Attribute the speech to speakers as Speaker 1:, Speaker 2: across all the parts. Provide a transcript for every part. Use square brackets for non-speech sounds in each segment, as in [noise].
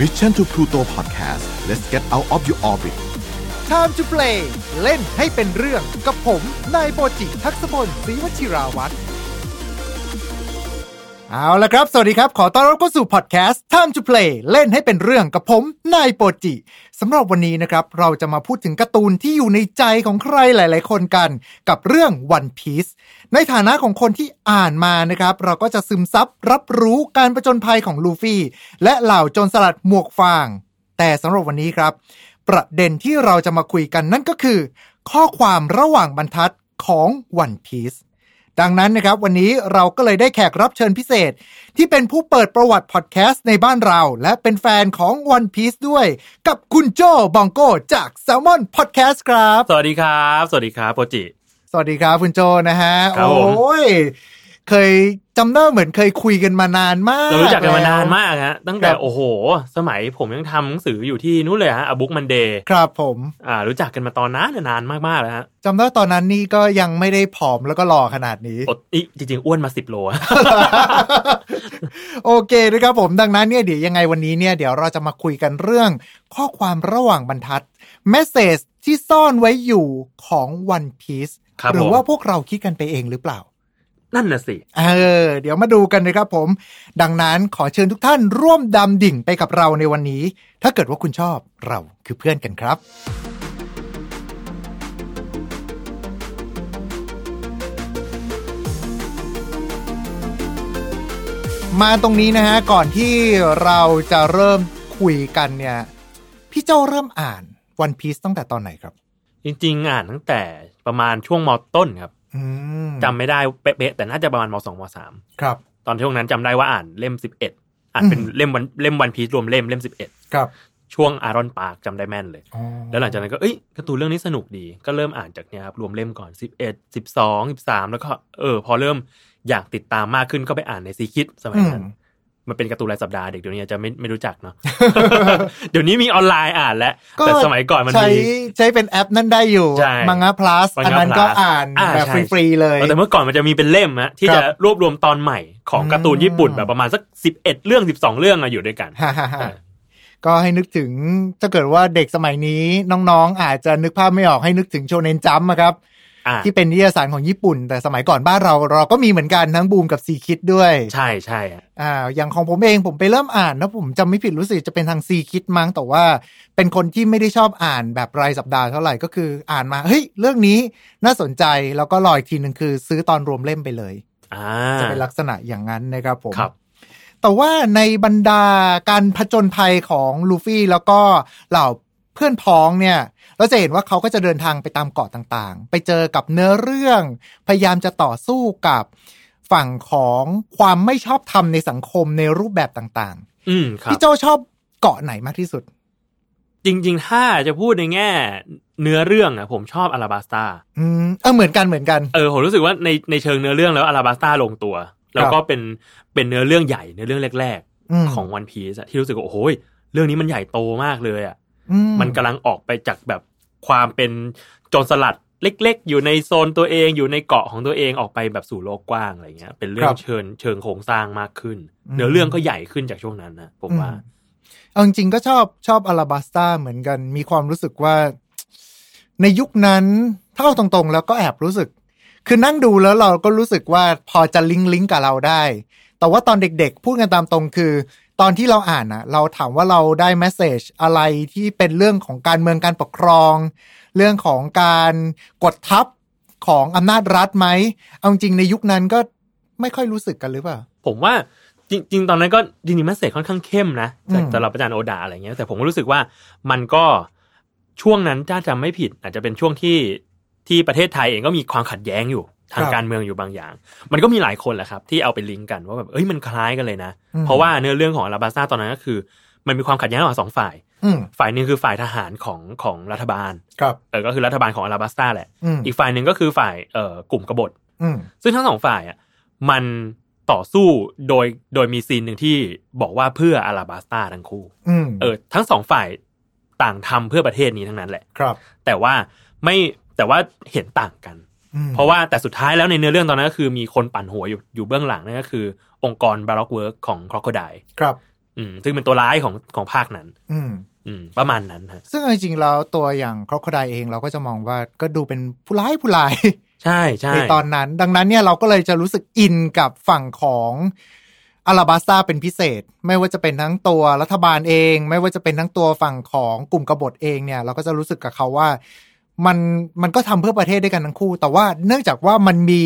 Speaker 1: Mission to Pluto Podcast let's get out of your orbit
Speaker 2: Time to play เล่นให้เป็นเรื่องกับผมนายโปจิทักษพลศรีวชิราวัตรเอาละครับ สวัสดีครับ ขอต้อนรับเข้าสู่พอดแคสต์ Time to play เล่นให้เป็นเรื่องกับผมนายโปจิสำหรับวันนี้นะครับ เราจะมาพูดถึงการ์ตูนที่อยู่ในใจของใครหลาย ๆ คนกัน กับเรื่อง One Piece ในฐานะของคนที่อ่านมานะครับ เราก็จะซึมซับรับรู้การประจนภัยของลูฟี่ และเหล่าโจรสลัดหมวกฟาง แต่สำหรับวันนี้ครับ ประเด็นที่เราจะมาคุยกันนั่นก็คือ ข้อความระหว่างบรรทัดของ One Piece ดังนั้นนะครับ วันนี้เราก็เลยได้แขกรับเชิญพิเศษ ที่เป็นผู้เปิดประวัติพอดแคสต์ในบ้านเรา และเป็นแฟนของ One Piece ด้วย กับคุณโจบองโกจาก s ซ l m o n Podcast ครับ
Speaker 3: สวัสดีครับ สวัสดีครับโปรจิ
Speaker 2: สวัสดีครับคุณโจนะฮะ
Speaker 3: ครับผม
Speaker 2: โอ้ย เคยจำได้เหมือนเคยคุยกันมานานมาก
Speaker 3: เรารู้จักกันมานาน
Speaker 2: แล้ว
Speaker 3: มากฮะตั้งแต่
Speaker 2: ครับ
Speaker 3: โอ้โห สมัยผมยังทำหนังสืออยู่ที่นู่นเลยฮะอบุ๊กมันเดย์
Speaker 2: ครับผม
Speaker 3: อ่า รู้จักกันมาตอนนั้นนานมากๆแล้วฮะ
Speaker 2: จำได้ตอนนั้นนี่ก็ยังไม่ได้ผอมแล้วก็หล่อขนาดนี้
Speaker 3: อดอิจริงๆ อ้วนมาสิบโลอะ
Speaker 2: โอเคนะครับผมดังนั้นเนี่ยเดี๋ยวยังไงวันนี้เนี่ยเดี๋ยวเราจะมาคุยกันเรื่อง ข้อความระหว่างบรรทัดเมสเซจที่ซ่อนไว้อยู่ของ One Piece
Speaker 3: ครับ
Speaker 2: หรือว่า
Speaker 3: ผม
Speaker 2: พวกเราคิดกันไปเองหรือเปล่า
Speaker 3: [laughs] นั่นน่ะสิ
Speaker 2: เออ เดี๋ยวมาดูกันนะครับผม ดังนั้นขอเชิญทุกท่านร่วมดำดิ่งไปกับเราในวันนี้ ถ้าเกิดว่าคุณชอบเราคือเพื่อนกันครับ มาตรงนี้นะฮะ ก่อนที่เราจะเริ่มคุยกันเนี่ย พี่เจ้าเริ่มอ่านวันพีซตั้งแต่ตอนไหนครับ
Speaker 3: จริง ๆ อ่านตั้งแต่ประมาณช่วงมต้นครับ
Speaker 2: อืม
Speaker 3: จำไม่ได้เป๊ะๆแต่น่าจะประมาณมสองมสาม
Speaker 2: ครับ
Speaker 3: ตอนช่วงนั้นจำได้ว่าอ่านเล่มสิบเอ็ดอ่านเป็นเล่มวันเล่มวันพีซรวมเล่มเล่มสิบเอ็ด
Speaker 2: ครับ
Speaker 3: ช่วงอารอนปาร์คจำได้แม่นเลย
Speaker 2: อ๋อ
Speaker 3: แล้วหลังจากนั้นก็ เอ้ยการ์ตูนเรื่องนี้สนุกดี ก็เริ่มอ่านจากเนี้ยครับ รวมเล่มก่อน 11 12 13 แล้วก็ เออ พอเริ่มอยากติดตามมากขึ้นก็ไปอ่านในซีคิดสมัย
Speaker 2: อืม
Speaker 3: นั้น มันเป็นการ์ตูนรายสัปดาห์เด็กเดี๋ยวนี้จะไม่ไม่รู้จัก
Speaker 2: [laughs]
Speaker 3: เนาะ [laughs] เดี๋ยวนี้มีออนไลน์อ่านแล้ว
Speaker 2: ก็
Speaker 3: แต่สมัยก่อนมัน
Speaker 2: ใช้
Speaker 3: มี
Speaker 2: ใช้เป็นแอปนั่นได้อยู่
Speaker 3: ใช่
Speaker 2: มังงะ plus อันนั้น
Speaker 3: Manga
Speaker 2: ก็
Speaker 3: Plus
Speaker 2: อ่าน
Speaker 3: อ่า
Speaker 2: แบบ
Speaker 3: ใช่
Speaker 2: ฟรีๆเลย
Speaker 3: เออแต่เมื่อก่อนมันจะมีเป็นเล่มฮะที่
Speaker 2: ครั
Speaker 3: จะ
Speaker 2: บ
Speaker 3: รวบรวมตอนใหม่ของ
Speaker 2: อืม
Speaker 3: การ์ตูนญี่ปุ่นแบบประมาณสัก 11 เรื่อง 12 เรื่องอะอยู่ด้วยกัน
Speaker 2: ฮ่าฮ่าฮ่า
Speaker 3: อ่า
Speaker 2: ก็ให้นึกถึงถ้าเกิดว่าเด็กสมัยนี้น้องๆ อาจจะนึกภาพไม่ออกให้นึกถึงโชเนนจัมป์อะครับ
Speaker 3: อ่า
Speaker 2: ที่เป็นนิตยสารของญี่ปุ่น แต่สมัยก่อนบ้านเราเราก็มีเหมือนกันทั้งบูมกับซีคิดด้วย
Speaker 3: ใช่ใช่ฮะ
Speaker 2: อ่าอย่างของผมเองผมไปเริ่มอ่านนะผมจำไม่ผิดรู้สึกจะเป็นทางซีคิดมั้งแต่ว่า เป็นคนที่ไม่ได้ชอบอ่านแบบรายสัปดาห์เท่าไหร่ก็คืออ่านมาเฮ้ยเรื่องนี้น่าสนใจแล้วก็รออีกทีหนึ่งคือซื้อตอนรวมเล่มไปเลย
Speaker 3: อ่า
Speaker 2: จะเป็นลักษณะอย่างนั้นนะครับผม
Speaker 3: ครับ
Speaker 2: แต่ว่าในบรรดาการผจญภัยของลูฟี่แล้วก็เหล่าเพื่อนพ้องเนี่ย เราจะเห็นว่าเขาก็จะเดินทางไปตามเกาะต่างๆ ไปเจอกับเนื้อเรื่อง พยายามจะต่อสู้กับฝั่งของความไม่ชอบธรรมในสังคมในรูปแบบต่าง
Speaker 3: อืมค
Speaker 2: ๆ
Speaker 3: รับ
Speaker 2: พี่โจชอบเกาะไหนมากที่สุด
Speaker 3: จริง ๆ ถ้าจะพูดในแง่ เนื้อเรื่องอะผมชอบอาราบาสตา
Speaker 2: อืมเออเหมือนกันเหมือนกัน
Speaker 3: เออผมรู้สึกว่าในในเชิงเนื้อเรื่องแล้วอาราบาสตาลงตัว แล้วก็เป็นเป็นเนื้อเรื่องใหญ่เนื้อเรื่องแรก
Speaker 2: อืม
Speaker 3: ๆ ของวันพีซที่รู้สึกว่าโอ้โหยเรื่องนี้มันใหญ่โตมากเลยอ่ะ
Speaker 2: อื
Speaker 3: มันกำลังออกไปจากแบบความเป็นโจรสลัดเล็ก ๆ อยู่ในโซนตัวเองอยู่ในเกาะของตัวเองออกไปแบบสู่โลกกว้างอะไรเงี้ยเป็นเรื่อ
Speaker 2: ครั
Speaker 3: ง
Speaker 2: บ
Speaker 3: เชิงเชิงโครงสร้างมากขึ้น
Speaker 2: อืม
Speaker 3: เนื้อเรื่องก็ใหญ่ขึ้นจากช่วงนั้นนะผมว่า
Speaker 2: อืเอาจริงๆก็ชอบชอบอาราบาสตาเหมือนกัน มีความรู้สึกว่า ในยุคนั้นถ้าเอาตรงๆ แล้วก็แอบรู้สึก คือนั่งดูแล้วเราก็รู้สึกว่าพอจะลิงก์ลิงก์กับเราได้ แต่ว่าตอนเด็กๆ พูดกันตามตรงคือ ตอนที่เราอ่านนะเราถามว่าเราได้แมสเซจอะไรที่เป็นเรื่องของการเมืองการปกครอง เรื่องของการกดทับของอำนาจรัฐไหมเอาจริงๆในยุคนั้นก็ไม่ค่อยรู้สึกกันหรือเปล่า
Speaker 3: ผมว่าจริงๆ ตอนนั้นก็จริงๆมันเสกค่อนข้างเข้มนะจาก
Speaker 2: อืม
Speaker 3: สำหรับอาจารย์โอดาอะไรเงี้ยแต่ผมก็รู้สึกว่ามันก็ช่วงนั้นถ้าจำไม่ผิด อาจจะเป็นช่วงที่ที่ประเทศไทยเองก็มีความขัดแย้งอยู่ทางการเมืองอยู่บางอย่าง มันก็มีหลายคนแหละครับ ที่เอาไปลิงก์กันว่าแบบเอ้ยมันคล้ายกันเลยนะ เพราะว่าเนื้อเรื่องของอาราบาซ่าตอนนั้นก็คือ มันมีความขัดแย้งระหว่างสองฝ่าย
Speaker 2: อืม
Speaker 3: ฝ่ายหนึ่งคือฝ่ายทหารของของรัฐบาล
Speaker 2: ครับ
Speaker 3: เออก็คือรัฐบาลของอาราบาซ่าแหละ
Speaker 2: อืม
Speaker 3: อีกฝ่ายหนึ่งก็คือฝ่ายเอ่อกลุ่มกบฏ
Speaker 2: อืม
Speaker 3: ซึ่งทั้งสองฝ่ายอ่ะมันต่อสู้โดยโดยมีซีนหนึ่งที่บอกว่าเพื่ออาราบาสตาทั้งคู่
Speaker 2: อืม
Speaker 3: เออทั้งสองฝ่ายต่างทำเพื่อประเทศนี้ทั้งนั้นแหละ
Speaker 2: ครับ
Speaker 3: แต่ว่าไม่แต่ว่าเห็นต่างกัน
Speaker 2: อืม
Speaker 3: เพราะว่าแต่สุดท้ายแล้วในเนื้อเรื่องตอนนั้นก็คือมีคนปั่นหัวอยู่อยู่เบื้องหลังนั่นก็คือ องค์กรบาร็อกเวิร์กของครอ o ค i ด e
Speaker 2: ครับ
Speaker 3: อืมซึ่งเป็นตัวร้ายของของภาคนั้น
Speaker 2: อืม
Speaker 3: อืม ประมาณนั้นฮะ
Speaker 2: ซึ่งเอาจริงๆแล้วตัวอย่างครอกคดายเองเราก็จะมองว่าก็ดูเป็นผู้ร้ายผู้ร้าย
Speaker 3: ใช่ใช่
Speaker 2: ในตอนนั้น ดังนั้นเนี่ยเราก็เลยจะรู้สึกอินกับฝั่งของอาราบาสตาเป็นพิเศษ ไม่ว่าจะเป็นทั้งตัวรัฐบาลเอง ไม่ว่าจะเป็นทั้งตัวฝั่งของกลุ่มกบฏเองเนี่ย เราก็จะรู้สึกกับเขาว่า มันมันก็ทำเพื่อประเทศด้วยกันทั้งคู่ แต่ว่าเนื่องจากว่ามันมี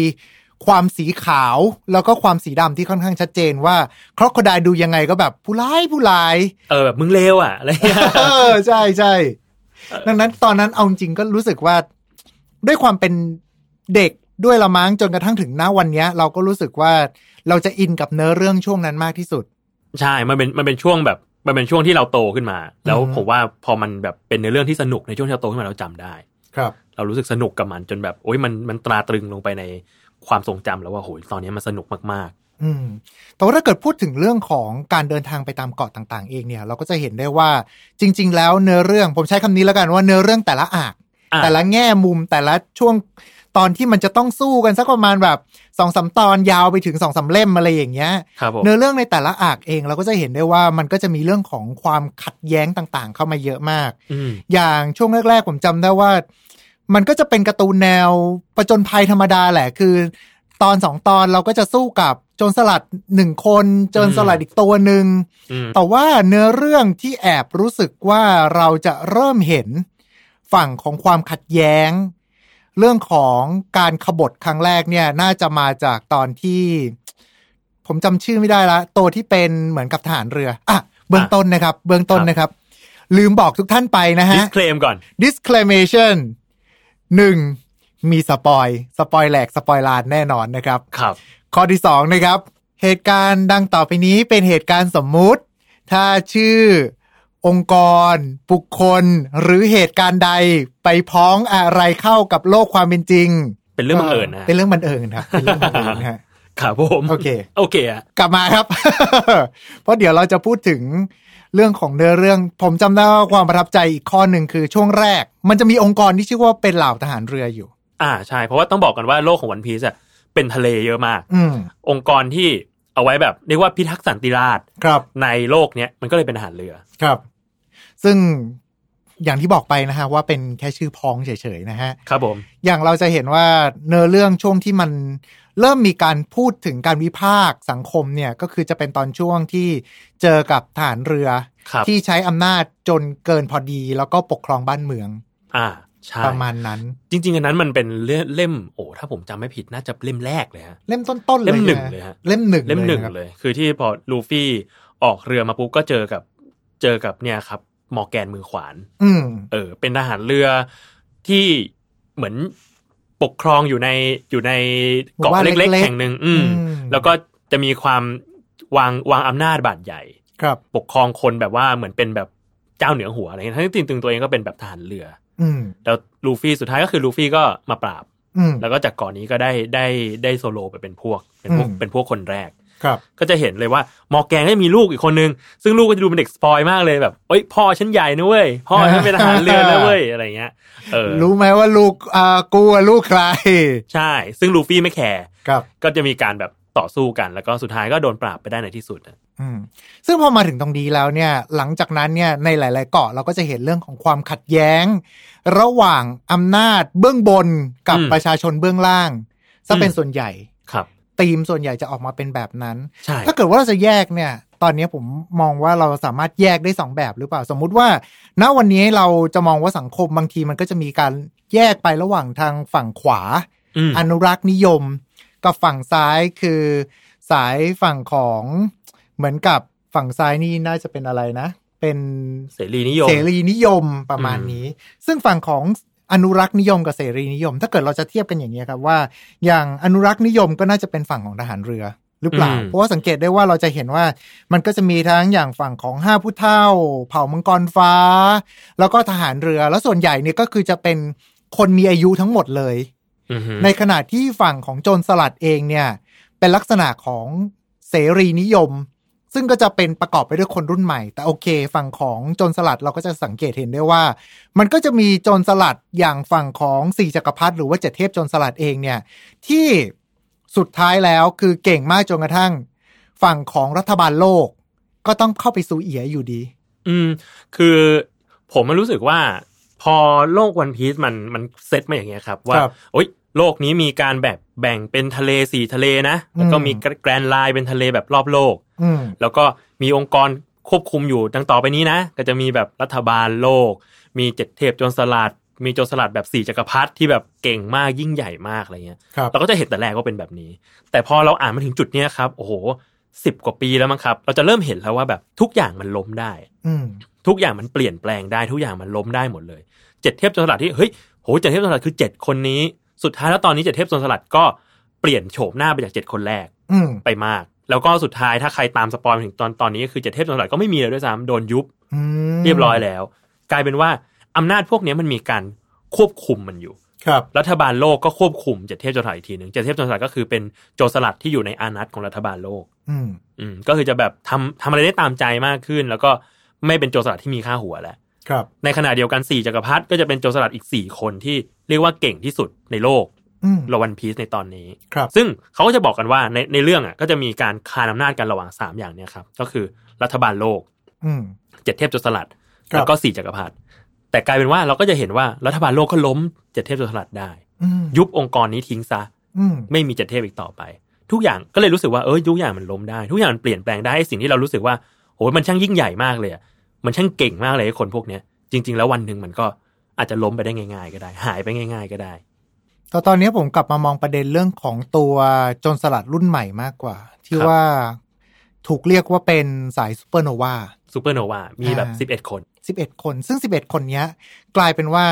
Speaker 2: ความสีขาวแล้วก็ความสีดำที่ค่อนข้างชัดเจนว่าครอกคดายดูยังไงก็แบบผู้ร้ายผู้ร้าย
Speaker 3: เออแบบมึงเลวอ่ะอะไรเงี้ย
Speaker 2: เออ [laughs] ใช่ใช่ดังนั้นตอนนั้นเอาจริงๆก็รู้สึกว่า ด้วยความเป็นเด็กด้วยละมั้งจนกระทั่งถึงหน้าวันเนี้ย เราก็รู้สึกว่าเราจะอินกับเนื้อเรื่องช่วงนั้นมากที่สุด
Speaker 3: ใช่ มันเป็น มันเป็นช่วงแบบ มันเป็นช่วงที่เราโตขึ้นมา แล้ว
Speaker 2: อืม
Speaker 3: ผมว่าพอมันแบบเป็นในเรื่องที่สนุกในช่วงที่เราโตขึ้นมาเราจำได้
Speaker 2: ครับ
Speaker 3: เรารู้สึกสนุกกับมันจนแบบ โอ้ยมัน มันตราตรึงลงไปในความทรงจำแล้วว่าโหยตอนนี้มันสนุกมาก
Speaker 2: อืมแต่ว่าถ้าเกิดพูดถึงเรื่องของการเดินทางไปตามเกาะต่างๆ เองเนี่ย เราก็จะเห็นได้ว่าจริง ๆ แล้วเนื้อเรื่องผมใช้คำนี้แล้วกันว่าเนื้อเรื่องแต่ละอาก
Speaker 3: ๆอ่ะ
Speaker 2: แต่ละแง่มุมแต่ละช่วงตอนที่มันจะต้องสู้กันสักประมาณแบบสองสามตอนยาวไปถึงสองสามเล่มอะไรอย่างเงี้ย
Speaker 3: ครับผม
Speaker 2: เนื้อเรื่องในแต่ละอากเองเราก็จะเห็นได้ว่ามันก็จะมีเรื่องของความขัดแย้งต่างๆ เข้ามาเยอะมาก
Speaker 3: อืม
Speaker 2: อย่างช่วงแรกๆ ผมจำได้ว่า มันก็จะเป็นการ์ตูนแนวประจนภัยธรรมดาแหละคือ ตอนสองตอนเราก็จะสู้กับโจรสลัดหนึ่งคนโจรสลัดอีกตัวหนึ่ง
Speaker 3: อืม
Speaker 2: แต่ว่าเนื้อเรื่องที่แอบรู้สึกว่าเราจะเริ่มเห็นฝั่งของความขัดแย้ง เรื่องของการขบฏครั้งแรกเนี่ย น่าจะมาจากตอนที่ ผมจำชื่อไม่ได้ละ ตัวที่เป็นเหมือนกับทหารเรืออ่ะเบื้องต้นนะครับ เบื้องต้นนะครับ ลืมบอกทุกท่านไปนะฮะ
Speaker 3: disclaim ก่อน
Speaker 2: disclamation หนึ่งมีสปอยสปอยแหลกสปอยลานแน่นอนนะครับ
Speaker 3: ครับ
Speaker 2: ข้อที่สองนะครับ เหตุการณ์ดังต่อไปนี้เป็นเหตุการณ์สมมุติ ถ้าชื่อ องค์กร บุคคล หรือเหตุการณ์ใดไปพ้องอะไรเข้ากับโลกความเป็นจริง
Speaker 3: เป็นเรื่องบังเอิญนะ
Speaker 2: เป็นเรื่องบังเอิญครับเป็นเรื่องบังเอิญ
Speaker 3: [laughs]
Speaker 2: นะฮะ
Speaker 3: ครับผม
Speaker 2: โอเค
Speaker 3: โอเคอะ
Speaker 2: กลับมาครับ [laughs] เพราะเดี๋ยวเราจะพูดถึงเรื่องของเนื้อเรื่อง ผมจำได้ว่าความประทับใจอีกข้อหนึ่งคือช่วงแรก มันจะมีองค์กรที่ชื่อว่าเป็นเหล่าทหารเรืออยู่
Speaker 3: อ่า ใช่ เพราะว่าต้องบอกกันว่าโลกของวันพีซอะเป็นทะเลเยอะมาก
Speaker 2: อืม
Speaker 3: องค์กรที่เอาไว้แบบเรียกว่าพิทักษ์สันติราษฎร์
Speaker 2: ครับ
Speaker 3: ในโลกเนี้ยมันก็เลยเป็นทหารเรือ
Speaker 2: ครับ ซึ่งอย่างที่บอกไปนะฮะว่าเป็นแค่ชื่อพ้องเฉยๆนะฮะ
Speaker 3: ครับผม
Speaker 2: อย่างเราจะเห็นว่าเนื้อเรื่องช่วงที่มันเริ่มมีการพูดถึงการวิพากษ์สังคมเนี่ยก็คือจะเป็นตอนช่วงที่เจอกับทหารเรือ
Speaker 3: ครับ
Speaker 2: ที่ใช้อำนาจจนเกินพอดี แล้วก็ปกครองบ้านเมือง
Speaker 3: อ่า ใช่
Speaker 2: ประมาณนั้น
Speaker 3: จริงๆอันนั้นมันเป็นเล่มเล่มโอ้ถ้าผมจำไม่ผิดน่าจะเล่มแรกเลยฮะ
Speaker 2: เล่มต้นๆเลย
Speaker 3: เล่มหนึ่ง
Speaker 2: ใช่ไ
Speaker 3: เลยฮะ
Speaker 2: เล่มหนึ่ง
Speaker 3: เล่มหนึ่ง
Speaker 2: ยะครับ
Speaker 3: เลย คือที่พอลูฟี่ออกเรือมาปุ๊บก็เจอกับเจอกับเนี่ยครับมอร์แกนมือขวาน
Speaker 2: อืม
Speaker 3: เออ เป็นทหารเรือที่เหมือนปกครองอยู่ในอยู่ใน
Speaker 2: ห
Speaker 3: เกาะ
Speaker 2: มู่บ้าน
Speaker 3: เล็ก
Speaker 2: เล็
Speaker 3: ๆ
Speaker 2: กๆ
Speaker 3: แห่งหนึ่งอืม
Speaker 2: อืม
Speaker 3: แล้วก็จะมีความวางวางอำนาจบาดใหญ่
Speaker 2: ครับ
Speaker 3: ปกครองคนแบบว่าเหมือนเป็นแบบเจ้าเหนือหัวอะไรเงี้ยทั้งที่จริงๆตัวเองก็เป็นแบบทหารเรือ
Speaker 2: อืม
Speaker 3: แล้วลูฟี่สุดท้ายก็คือลูฟี่ก็มาปราบ
Speaker 2: อืม
Speaker 3: แล้วก็จากก่อนนี้ก็ได้ได้ได้โซโลไปเป็นพวกเป็นพวก
Speaker 2: อืม
Speaker 3: เป็นพวกคนแรก
Speaker 2: ครับ
Speaker 3: ก็จะเห็นเลยว่ามอร์แกนก็จะมีลูกอีกคนนึง ซึ่งลูกก็จะดูเป็นเด็กสปอยมากเลยแบบเอ้ยพ่อฉันใหญ่นะเว้ย พ่อฉันเป็นทหารเรือนะเว้ย
Speaker 2: [laughs]
Speaker 3: อะไรเงี้ยเออ
Speaker 2: รู้ไหมว่าลูกอ่ากูอะลูกใคร
Speaker 3: ใช่ ซึ่งลูฟี่ไม่แคร์
Speaker 2: ครับ
Speaker 3: ก็จะมีการแบบต่อสู้กันแล้วก็สุดท้ายก็โดนปราบไปได้ในที่สุดอะ
Speaker 2: อืม ซึ่งพอมาถึงตรงนี้แล้วเนี่ย หลังจากนั้นเนี่ยในหลาย ๆ เกาะเราก็จะเห็นเรื่องของความขัดแย้ง ระหว่างอำนาจเบื้องบนกับประชาชนเบื้องล่างซะเป็นส่วนใหญ่
Speaker 3: ครับ
Speaker 2: ธีมส่วนใหญ่จะออกมาเป็นแบบนั้น
Speaker 3: ใช่
Speaker 2: ถ้าเกิดว่าเราจะแยกเนี่ย ตอนนี้ผมมองว่าเราสามารถแยกได้สองแบบหรือเปล่า สมมุติว่า ณ วันนี้เราจะมองว่าสังคมบางทีมันก็จะมีการแยกไประหว่างทางฝั่งขวา
Speaker 3: อืม
Speaker 2: [laughs] อนุรักษ์นิยม กับฝั่งซ้ายคือ สายฝั่งของเหมือนกับฝั่งซ้ายนี่น่าจะเป็นอะไรนะ เป็น
Speaker 3: เสรีนิยม
Speaker 2: เสรีนิยมประมาณนี้ ซึ่งฝั่งของอนุรักษ์นิยมกับเสรีนิยม ถ้าเกิดเราจะเทียบกันอย่างนี้ยครับว่า อย่างอนุรักษ์นิยมก็น่าจะเป็นฝั่งของทหารเรือ หรือเปล่า
Speaker 3: อืม
Speaker 2: เพราะว่าสังเกตได้ว่าเราจะเห็นว่ามันก็จะมีทั้งอย่างฝั่งของห้าผู้เท่า เผ่ามังกรฟ้า แล้วก็ทหารเรือ แล้วส่วนใหญ่เนี่ยก็คือจะเป็นคนมีอายุทั้งหมดเลย
Speaker 3: อือฮึ
Speaker 2: ในขณะที่ฝั่งของโจรสลัดเองเนี่ย เป็นลักษณะของเสรีนิยม ซึ่งก็จะเป็นประกอบไปด้วยคนรุ่นใหม่ แต่โอเค ฝั่งของโจรสลัดเราก็จะสังเกตเห็นได้ว่า มันก็จะมีโจรสลัดอย่างฝั่งของสี่จักรพรรดิหรือว่าเจ็ดเทพโจรสลัดเองเนี่ย ที่สุดท้ายแล้วคือเก่งมากจนกระทั่ง ฝั่งของรัฐบาลโลก ก็ต้องเข้าไปซูเอียอยู่ดี
Speaker 3: อืมคือผมมันรู้สึกว่า พอโลกวันพีซมันมันเซตมาอย่างเงี้ยครับว่า
Speaker 2: ครับ
Speaker 3: โอ๊ยโลกนี้มีการแบบแบ่งเป็นทะเลสี่ทะเลนะ แล้วก็
Speaker 2: อืม
Speaker 3: มีแกรนไลน์เป็นทะเลแบบรอบโลก
Speaker 2: อืม
Speaker 3: แล้วก็มีองค์กรควบคุมอยู่ดังต่อไปนี้นะ ก็จะมีแบบรัฐบาลโลก มีเจ็ดเทพโจรสลัด มีโจรสลัดแบบสี่จักรพรรดิที่แบบเก่งมากยิ่งใหญ่มากอะไรเงี้ย
Speaker 2: ครับ
Speaker 3: เราก็จะเห็นแต่แรกว่าเป็นแบบนี้ แต่พอเราอ่านมาถึงจุดเนี้ยครับโอ้โหสิบกว่าปีแล้วมั้งครับ เราจะเริ่มเห็นแล้วว่าแบบทุกอย่างมันล้มได้
Speaker 2: อืม
Speaker 3: ทุกอย่างมันเปลี่ยนแปลงได้ทุกอย่างมันล้มได้หมดเลยเจ็ดเทพโจรสลัดที่เฮ้ยโหเจ็ดเทพโจรสลัดคือเจ็ดคนนี้สุดท้ายแล้วตอนนี้เจ็ดเทพโจรสลัดก็เปลี่ยนโฉมหน้าไปจากเจ็ดคนแรก
Speaker 2: อืม
Speaker 3: ไปมาก แล้วก็สุดท้ายถ้าใครตามสปอยล์มาถึงตอนตอนนี้ก็คือเจ็ดเทพจำหลัดก็ไม่มีเลยด้วยซ้ำโดนยุบ
Speaker 2: อืม
Speaker 3: เรียบร้อยแล้ว กลายเป็นว่าอำนาจพวกเนี้ยมันมีการควบคุมมันอยู่
Speaker 2: ครับ
Speaker 3: รัฐบาลโลกก็ควบคุมเจ็ดเทพจำหลัดอีกทีหนึ่งเจ็ดเทพจำหลัดก็คือเป็นโจรสลัดที่อยู่ในอานัตของรัฐบาลโลก
Speaker 2: อืม
Speaker 3: อืมก็คือจะแบบทำทำอะไรได้ตามใจมากขึ้น แล้วก็ไม่เป็นโจรสลัดที่มีค่าหัวแล้ว
Speaker 2: ครับ
Speaker 3: ในขณะเดียวกันสี่จักรพรรดิก็จะเป็นโจรสลัดอีกสี่คนที่เรียกว่าเก่งที่สุดในโลก
Speaker 2: อืม
Speaker 3: โลวันพีซในตอนนี้
Speaker 2: ครับ
Speaker 3: ซึ่งเขาก็จะบอกกันว่าในในเรื่องอ่ะก็จะมีการคานอำนาจกันระหว่าง 3 อย่างเนี่ยครับ ก็คือรัฐบาลโลก
Speaker 2: อืม
Speaker 3: เจ็ดเทพโจรสลัด
Speaker 2: ครับ
Speaker 3: แล้วก็สี่จักรพรรดิแต่กลายเป็นว่าเราก็จะเห็นว่ารัฐบาลโลกก็ล้มเจ็ดเทพโจรสลัดได้
Speaker 2: อืม
Speaker 3: ยุบองค์กรนี้ทิ้งซะ
Speaker 2: อืม
Speaker 3: ไม่มีเจ็ดเทพอีกต่อไป ทุกอย่างก็เลยรู้สึกว่าเออทุกอย่างมันล้มได้ ทุกอย่างมันเปลี่ยนแปลงได้ไอ้สิ่งที่เรารู้สึกว่าโหมันช่างยิ่งใหญ่มากเลยอะมันช่างเก่งมากเลยไอ้คนพวกเนี้ยจริง ๆ แล้ววันหนึ่งมันก็อาจจะล้มไปได้ง่าย ๆ ก็ได้ หายไปง่าย ๆ ก็ได้
Speaker 2: แต่ตอนนี้ผมกลับมามองประเด็นเรื่องของตัวโจนสลัดรุ่นใหม่มากกว่า ที่
Speaker 3: ครับ
Speaker 2: ว่าถูกเรียกว่าเป็นสายซูเปอร์โนวา
Speaker 3: ซูเปอร์โนวามีแบ
Speaker 2: อ่า
Speaker 3: บสิบเอ็ดคน
Speaker 2: 11 คน ซึ่ง 11 คนเนี้ย กลายเป็นว่า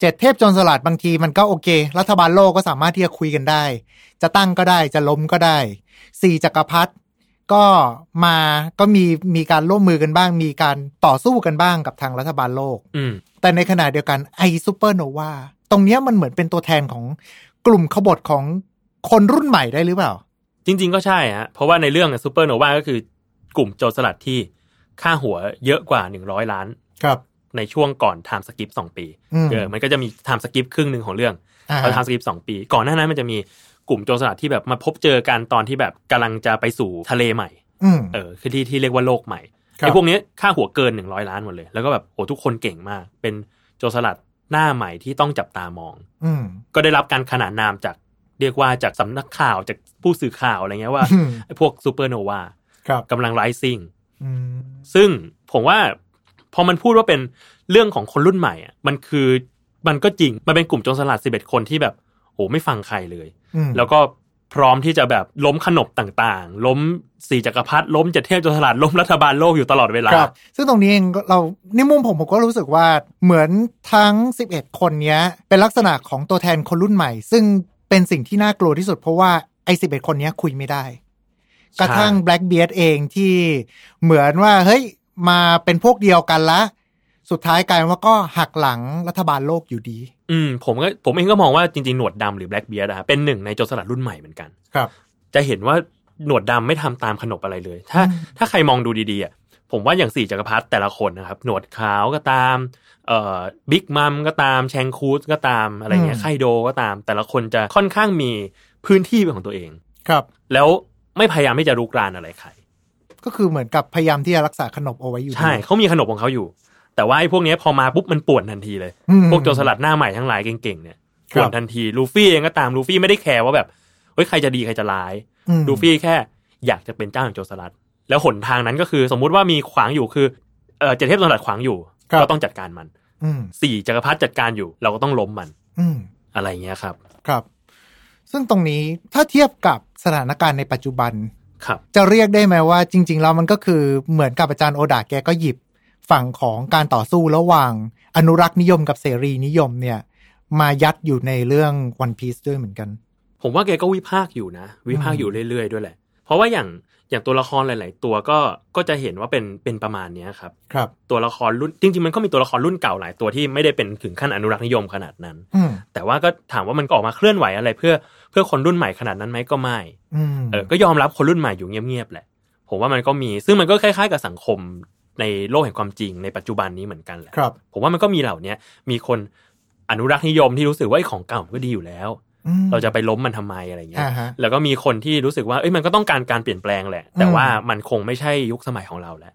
Speaker 2: เจ็ดเทพโจรสลัดบางทีมันก็โอเค รัฐบาลโลกก็สามารถที่จะคุยกันได้ จะตั้งก็ได้จะล้มก็ได้สี่จักรพรรดิก็มาก็มีมีการร่วมมือกันบ้าง มีการต่อสู้กันบ้างกับทางรัฐบาลโลก
Speaker 3: อืม
Speaker 2: แต่ในขณะเดียวกันไอซูเปอร์โนวาตรงเนี้ยมันเหมือนเป็นตัวแทนของกลุ่มขบฏของคนรุ่นใหม่ได้หรือเปล่า
Speaker 3: จริงๆก็ใช่ฮะ เพราะว่าในเรื่องซูเปอร์โนวาก็คือกลุ่มโจรสลัดที่ค่าหัวเยอะกว่า 100 ล้าน
Speaker 2: ครับ
Speaker 3: ในช่วงก่อนไทม์สกิปสองปี
Speaker 2: อืม
Speaker 3: เออมันก็จะมีไทม์สกิปครึ่งหนึ่งของเรื่อง
Speaker 2: อ่า
Speaker 3: เราไทม์สกิปสองปี ก่อนหน้านั้นมันจะมีกลุ่มโจรสลัดที่แบบมาพบเจอกันตอนที่แบบกำลังจะไปสู่ทะเลใหม่
Speaker 2: อืม
Speaker 3: เออคือที่ที่เรียกว่าโลกใหม่
Speaker 2: ครับ
Speaker 3: ไอ้พวกเนี้ยค่าหัวเกิน 100 ล้านหมดเลย แล้วก็แบบโอ้ทุกคนเก่งมาก เป็นโจรสลัดหน้าใหม่ที่ต้องจับตามอง
Speaker 2: อืม
Speaker 3: ก็ได้รับการขนานนามจากเรียกว่าจากสำนักข่าวจากผู้ [laughs] สื่อข่าวอะไรเงี้ยว่า
Speaker 2: อืม
Speaker 3: ไอ้พวกซูเปอร์โนวา
Speaker 2: ครับ
Speaker 3: กำลังไรซิ่ง
Speaker 2: อืม
Speaker 3: ซึ่งผมว่าพอมันพูดว่าเป็นเรื่องของคนรุ่นใหม่อะมันคือมันก็จริง มันเป็นกลุ่มโจรสลัด 11 คนที่แบบโอ้ไม่ฟังใครเลย
Speaker 2: อืม
Speaker 3: แล้วก็พร้อมที่จะแบบล้มขนบต่างๆ ล้มสี่จักรพรรดิล้มเจ็ดเทพโจรสลัด ล้มรัฐบาลโลกอยู่ตลอดเวลา
Speaker 2: ครับ ซึ่งตรงนี้เองก็เราในมุมผมผมก็รู้สึกว่าเหมือนทั้ง 11 คนเนี้ย เป็นลักษณะของตัวแทนคนรุ่นใหม่ ซึ่งเป็นสิ่งที่น่ากลัวที่สุดเพราะว่าไอ้11 คนเนี้ยคุยไม่ได้
Speaker 3: ใช่
Speaker 2: กระทั่ง Blackbeard เองที่เหมือนว่าเฮ้ยมาเป็นพวกเดียวกันละ สุดท้ายกลายเป็นว่าก็หักหลังรัฐบาลโลกอยู่ดี
Speaker 3: อืมผมก็ผมเองก็มองว่าจริงๆ หนวดดำหรือแบล็กเบียร์นะครับเป็นหนึ่งในโจรสลัดรุ่นใหม่เหมือนกัน
Speaker 2: ครับ
Speaker 3: จะเห็นว่าหนวดดำไม่ทำตามขนบอะไรเลย ถ้า
Speaker 2: อืม
Speaker 3: ถ้าใครมองดูดีๆอ่ะผมว่าอย่างสี่จักรพรรดิแต่ละคนนะครับ หนวดขาวก็ตามเอ่อบิ๊กมัมก็ตามแชงคูสก็ตามอะไรเงี้ยไคโดก็ตาม แต่ละคนจะค่อนข้างมีพื้นที่เป็นของตัวเอง
Speaker 2: ครับ
Speaker 3: แล้วไม่พยายามที่จะรุกรานอะไรใคร
Speaker 2: ก็คือเหมือนกับพยายามที่จะรักษาขนบเอาไว้อยู่ดี
Speaker 3: ใช่เขามีขนบของเขาอยู่ แต่ว่าไอ้พวกเนี้ยพอมาปุ๊บมันป่วนทันทีเลย
Speaker 2: อืม
Speaker 3: พวกโจรสลัดหน้าใหม่ทั้งหลายเก่งๆเนี่ย
Speaker 2: ครับ
Speaker 3: ป่วนทันทีลูฟี่เองก็ตามลูฟี่ไม่ได้แคร์ว่าแบบเฮ้ยใครจะดีใครจะร้าย
Speaker 2: อืม
Speaker 3: ลูฟี่แค่อยากจะเป็นเจ้าแห่งโจรสลัด แล้วหนทางนั้นก็คือสมมุติว่ามีขวางอยู่คือเอ่อเจ็ดเทพโจรสลัดขวางอยู่ ก็ต้องจัดการมัน
Speaker 2: อืม
Speaker 3: สี่จักรพรรดิจัดการอยู่ เราก็ต้องล้มมัน
Speaker 2: อืม
Speaker 3: อะไรอย่างเงี้ยครับ
Speaker 2: ครับ ซึ่งตรงนี้ถ้าเทียบกับสถานการณ์ในปัจจุบัน
Speaker 3: ครับ
Speaker 2: จะเรียกได้ไหมว่าจริง ๆ แล้วมันก็คือเหมือนกับอาจารย์โอดาแกก็หยิบฝั่งของการต่อสู้ระหว่างอนุรักษ์นิยมกับเสรีนิยมเนี่ย มายัดอยู่ในเรื่องวันพีซด้วยเหมือนกัน
Speaker 3: ผมว่าแกก็วิพากษ์อยู่นะ วิพากษ์อยู่เรื่อยๆด้วยแหละ เพราะว่าอย่างอย่างตัวละครหลาย ๆ ตัวก็ก็จะเห็นว่าเป็นเป็นประมาณเนี้ยครับ
Speaker 2: ครับ
Speaker 3: ตัวละครรุ่นจริงๆมันก็มีตัวละครรุ่นเก่าหลายตัวที่ไม่ได้เป็นถึงขั้นอนุรักษ์นิยมขนาดนั้น
Speaker 2: อืม
Speaker 3: แต่ว่าก็ถามว่ามันก็ออกมาเคลื่อนไหวอะไร เพื่อเพื่อคนรุ่นใหม่ขนาดนั้นไหมก็ไม่
Speaker 2: อืม
Speaker 3: เออก็ยอมรับคนรุ่นใหม่อยู่เงียบๆแหละ ผมว่ามันก็มี ซึ่งมันก็คล้ายๆกับสังคมในโลกแห่งความจริงในปัจจุบันนี้เหมือนกันแหละ
Speaker 2: ครับ
Speaker 3: ผมว่ามันก็มีเหล่าเนี้ยมีคนอนุรักษ์นิยมที่รู้สึกว่าไอ้ของเก่ามันก็ดีอยู่แล้ว
Speaker 2: อืม
Speaker 3: เราจะไปล้มมันทำไมอะไรเงี้ย
Speaker 2: อ่าฮะ
Speaker 3: แล้วก็มีคนที่รู้สึกว่าเอ้ยมันก็ต้องการการเปลี่ยนแปลงแหละ แต่
Speaker 2: อืม
Speaker 3: ว่ามันคงไม่ใช่ยุคสมัยของเราแล้ว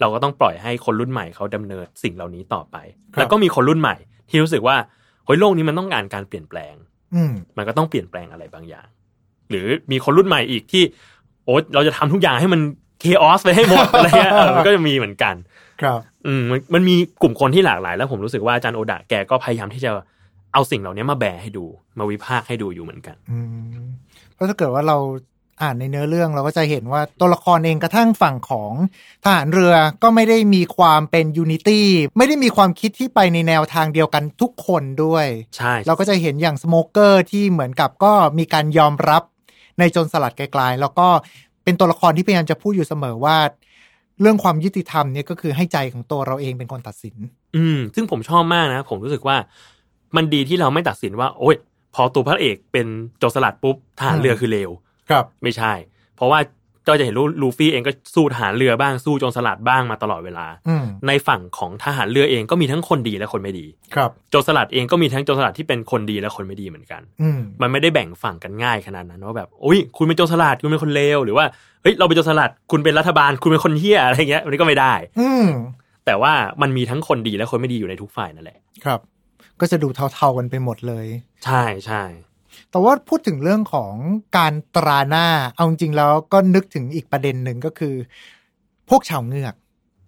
Speaker 3: เราก็ต้องปล่อยให้คนรุ่นใหม่เขาดำเนินสิ่งเหล่านี้ต่อไป แล้วก็มีคนรุ่นใหม่ ที่รู้สึกว่าเฮ้ยโลกนี้มันต้องการการเปลี่ยนแปลง
Speaker 2: อืม
Speaker 3: มันก็ต้องเปลี่ยนแปลงอะไรบางอย่าง หรือมีคนรุ่นใหม่อีกที่ โอ๊ยเราจะทำทุกอย่างให้มันเคออสไปให้หมด อะไรเงี้ยเออมันก็จะมีเหมือนกัน
Speaker 2: ครับ
Speaker 3: อืมมันมันมีกลุ่มคนที่หลากหลาย แล้วผมรู้สึกว่าอาจารย์โอดะแกก็พยายามที่จะเอาสิ่งเหล่านี้มาแบร์ให้ดู มาวิพากษ์ให้ดูอยู่เหมือนกัน
Speaker 2: อืมเพราะถ้าเกิดว่าเราอ่านในเนื้อเรื่องเราก็จะเห็นว่าตัวละครเองกระทั่งฝั่งของทหารเรือก็ไม่ได้มีความเป็นยูนิตี้ไม่ได้มีความคิดที่ไปในแนวทางเดียวกันทุกคนด้วย
Speaker 3: ใช่
Speaker 2: เราก็จะเห็นอย่างสโมเกอร์ที่เหมือนกับก็มีการยอมรับในโจนสลัดไกลๆแล้วก็เป็นตัวละครที่พยายามจะพูดอยู่เสมอว่า เรื่องความยุติธรรมเนี่ยก็คือให้ใจของตัวเราเองเป็นคนตัดสิน
Speaker 3: อืมซึ่งผมชอบมากนะ ผมรู้สึกว่า มันดีที่เราไม่ตัดสินว่า โอ๊ย พอตัวพระเอกเป็นโจรสลัดปุ๊บทหารเรือคือเลว
Speaker 2: ครับ
Speaker 3: ไม่ใช่ เพราะว่าก็จะเห็นลูลูฟี่เองก็สู้ทหารเรือบ้างสู้โจรสลัดบ้างมาตลอดเวลา
Speaker 2: อืม
Speaker 3: ในฝั่งของทหารเรือเองก็มีทั้งคนดีและคนไม่ดี
Speaker 2: ครับ
Speaker 3: โจรสลัดเองก็มีทั้งโจรสลัดที่เป็นคนดีและคนไม่ดีเหมือนกัน
Speaker 2: อืม
Speaker 3: มันไม่ได้แบ่งฝั่งกันง่ายขนาดนั้นว่าแบบอุ้ยคุณเป็นโจรสลัดคุณเป็นคนเลวหรือว่าเฮ้ยเราเป็นโจรสลัดคุณเป็นรัฐบาลคุณเป็นคนเหี้ยอะไรเงี้ยมันก็ไม่ได้
Speaker 2: อืม
Speaker 3: แต่ว่ามันมีทั้งคนดีและคนไม่ดีอยู่ในทุกฝ่ายนั่นแหละ
Speaker 2: ครับ ก็จะดูเทาๆกันไปหมดเลย
Speaker 3: ใช่ใช่
Speaker 2: แต่ว่าพูดถึงเรื่องของการตราหน้า เอาจริงๆแล้วก็นึกถึงอีกประเด็นหนึ่งก็คือ พวกชาวเงือก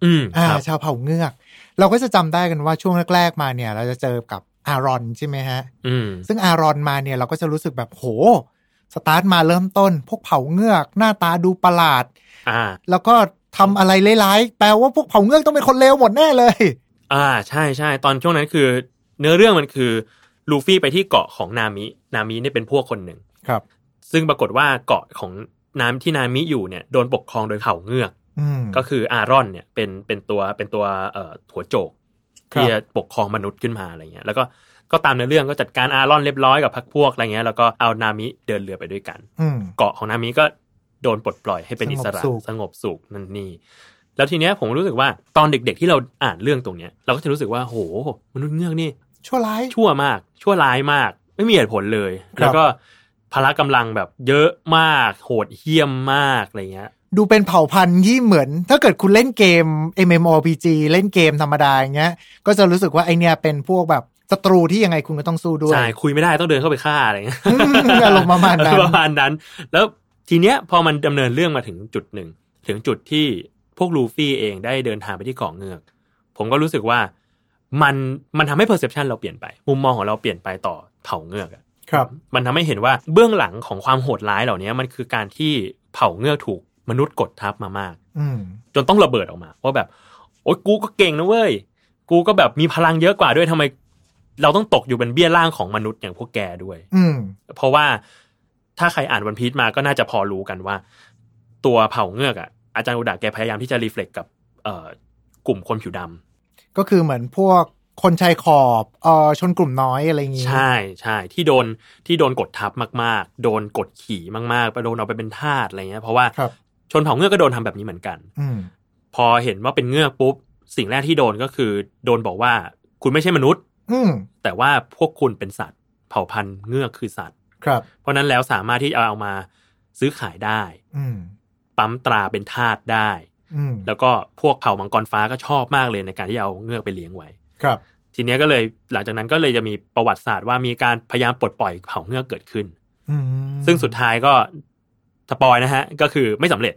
Speaker 3: อืม
Speaker 2: อ่า
Speaker 3: ครับ
Speaker 2: ชาวเผ่าเงือก เราก็จะจำได้กันว่าช่วงแรก ๆ มาเนี่ย เราจะเจอกับอารอนใช่ไหมฮะ
Speaker 3: อืม
Speaker 2: ซึ่งอารอนมาเนี่ยเราก็จะรู้สึกแบบโห สตาร์ทมาเริ่มต้น พวกเผ่าเงือก หน้าตาดูประหลาด
Speaker 3: อ่า
Speaker 2: แล้วก็ทำอะไรร้ายๆแปลว่าพวกเผ่าเงือกต้องเป็นคนเลวหมดแน่เลย
Speaker 3: อ่าใช่ใช่ตอนช่วงนั้นคือ เนื้อเรื่องมันคือลูฟี่ไปที่เกาะของนามินามิเนี่ยเป็นพวกคนหนึ่ง
Speaker 2: ครับ
Speaker 3: ซึ่งปรากฏว่าเกาะของน้ำที่นามิอยู่เนี่ยโดนปกครองโดยเผ่าเงือก
Speaker 2: อืม
Speaker 3: ก็คืออารอนเนี่ยเป็นเป็นตัวเป็นตัวเอ่อหัวโจก
Speaker 2: ครับ
Speaker 3: ที่จะปกครองมนุษย์ขึ้นมาอะไรเงี้ยแล้วก็ก็ตามในอเรื่องก็จัดการอารอนเรียบร้อยกับพักพวกอะไรเงี้ยแล้วก็เอานามิเดินเรือไปด้วยกัน
Speaker 2: อืม
Speaker 3: เกาะของนามิก็โดนปลดปล่อยให้เป็นอิสระ
Speaker 2: สงบสุข
Speaker 3: สงบสุขนั่นนี่แล้วทีเนี้ยผมรู้สึกว่าตอนเด็ก ๆ ที่เราอ่านเรื่องตรงเนี้ยเราก็จะรู้สึกว่าโหมนุษย์เงือกนี่
Speaker 2: ชั่วร้าย
Speaker 3: ชั่วมาก ชั่วร้ายมาก ไม่มีเหตุผลเลย
Speaker 2: ครับ
Speaker 3: แล้วก็พละกำลังแบบเยอะมาก โหดเหี้ยมมากอะไรเงี้ย
Speaker 2: ดูเป็นเผ่าพันธุ์ที่เหมือน ถ้าเกิดคุณเล่นเกม MMORPG เล่นเกมธรรมดาอย่างเงี้ย ก็จะรู้สึกว่าไอเนี่ยเป็นพวกแบบศัตรูที่ยังไงคุณก็ต้องสู้ด้วย
Speaker 3: ใช่ คุยไม่ได้ต้องเดินเข้าไปฆ่าอะไรเงี้ย
Speaker 2: อืม [laughs] อารมณ์ประมาณนั้น
Speaker 3: ประมาณนั้น แล้วทีเนี้ยพอมันดำเนินเรื่องมาถึงจุดหนึ่ง ถึงจุดที่พวกลูฟี่เองได้เดินทางไปที่เกาะเงือก ผมก็รู้สึกว่ามันมันทำให้เพอร์เซพชันเราเปลี่ยนไป มุมมองของเราเปลี่ยนไปต่อเผ่าเงือกอะ
Speaker 2: ครับ
Speaker 3: มันทำให้เห็นว่าเบื้องหลังของความโหดร้ายเหล่านี้มันคือการที่เผ่าเงือกถูกมนุษย์กดทับมามาก
Speaker 2: อืม
Speaker 3: จนต้องระเบิดออกมาว่าแบบ โอ๊ยกูก็เก่งนะเว้ย กูก็แบบมีพลังเยอะกว่าด้วยทำไม เราต้องตกอยู่เป็นเบี้ยล่างของมนุษย์อย่างพวกแกด้วย
Speaker 2: อืม
Speaker 3: เพราะว่าถ้าใครอ่านวันพีชมาก็น่าจะพอรู้กันว่า ตัวเผ่าเงือกอ่ะอาจารย์อุดาแกพยายามที่จะรีเฟล็กกับเอ่อกลุ่มคนผิวดำ
Speaker 2: ก็คือเหมือนพวกคนชายขอบเอ่อชนกลุ่มน้อยอะไรอย่างงี้
Speaker 3: ใช่ใช่ที่โดนที่โดนกดทับมาก ๆ โดนกดขี่มากๆไปโดนเอาไปเป็นทาสอะไรเงี้ยเพราะว่า
Speaker 2: ครับ
Speaker 3: ชนเผ่าเงือกก็โดนทำแบบนี้เหมือนกัน
Speaker 2: อืม
Speaker 3: พอเห็นว่าเป็นเงือกปุ๊บ สิ่งแรกที่โดนก็คือ โดนบอกว่าคุณไม่ใช่มนุษย์
Speaker 2: อืม
Speaker 3: แต่ว่าพวกคุณเป็นสัตว์ เผ่าพันธุ์เงือกคือสัตว์
Speaker 2: ครับ
Speaker 3: เพราะนั้นแล้วสามารถที่จะเอามาซื้อขายได้
Speaker 2: อืม
Speaker 3: ปั๊มตราเป็นทาสได้
Speaker 2: อืม
Speaker 3: แล้วก็พวกเผ่ามังกรฟ้าก็ชอบมากเลยในการที่เอาเงือกไปเลี้ยงไว้
Speaker 2: ครับ
Speaker 3: ทีเนี้ยก็เลยหลังจากนั้นก็เลยจะมีประวัติศาสตร์ว่ามีการพยายามปลดปล่อยเผ่าเงือกเกิดขึ้น
Speaker 2: อืม
Speaker 3: ซึ่งสุดท้ายก็สปอยนะฮะก็คือไม่สำเร็จ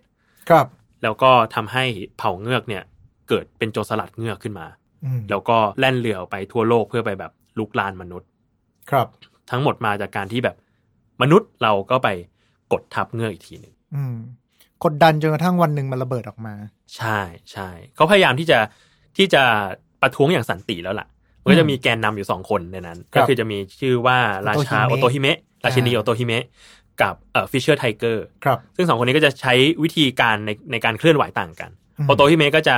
Speaker 2: ครับ
Speaker 3: แล้วก็ทำให้เผ่าเงือกเนี่ยเกิดเป็นโจรสลัดเงือกขึ้นมา
Speaker 2: อืม
Speaker 3: แล้วก็แล่นเรือออกไปทั่วโลกเพื่อไปแบบลุกลานมนุษย์
Speaker 2: ครับ
Speaker 3: ทั้งหมดมาจากการที่แบบมนุษย์เราก็ไปกดทับเงือกอีกทีหนึ่ง
Speaker 2: อืม กดดันจนกระทั่งวันหนึ่งมันระเบิดออกมา
Speaker 3: ใช่ใช่เขาพยายามที่จะที่จะประท้วงอย่างสันติแล้วล่ะมันก็จะมีแกนนำอยู่สองคนในนั้น
Speaker 2: ครับ
Speaker 3: ก็คือจะมีชื่อว่าราชา
Speaker 2: โอ
Speaker 3: โอ
Speaker 2: โต
Speaker 3: โต
Speaker 2: ฮิ
Speaker 3: ฮิ
Speaker 2: เมะ
Speaker 3: เมะราชินีโอโตฮิเมะกับเอ่อฟิชเชอร์ไทเกอร์
Speaker 2: ครับ
Speaker 3: ซึ่งสองคนนี้ก็จะใช้วิธีการในในการเคลื่อนไหวต่างกัน
Speaker 2: อืม
Speaker 3: โอโตฮิเมะก็จะ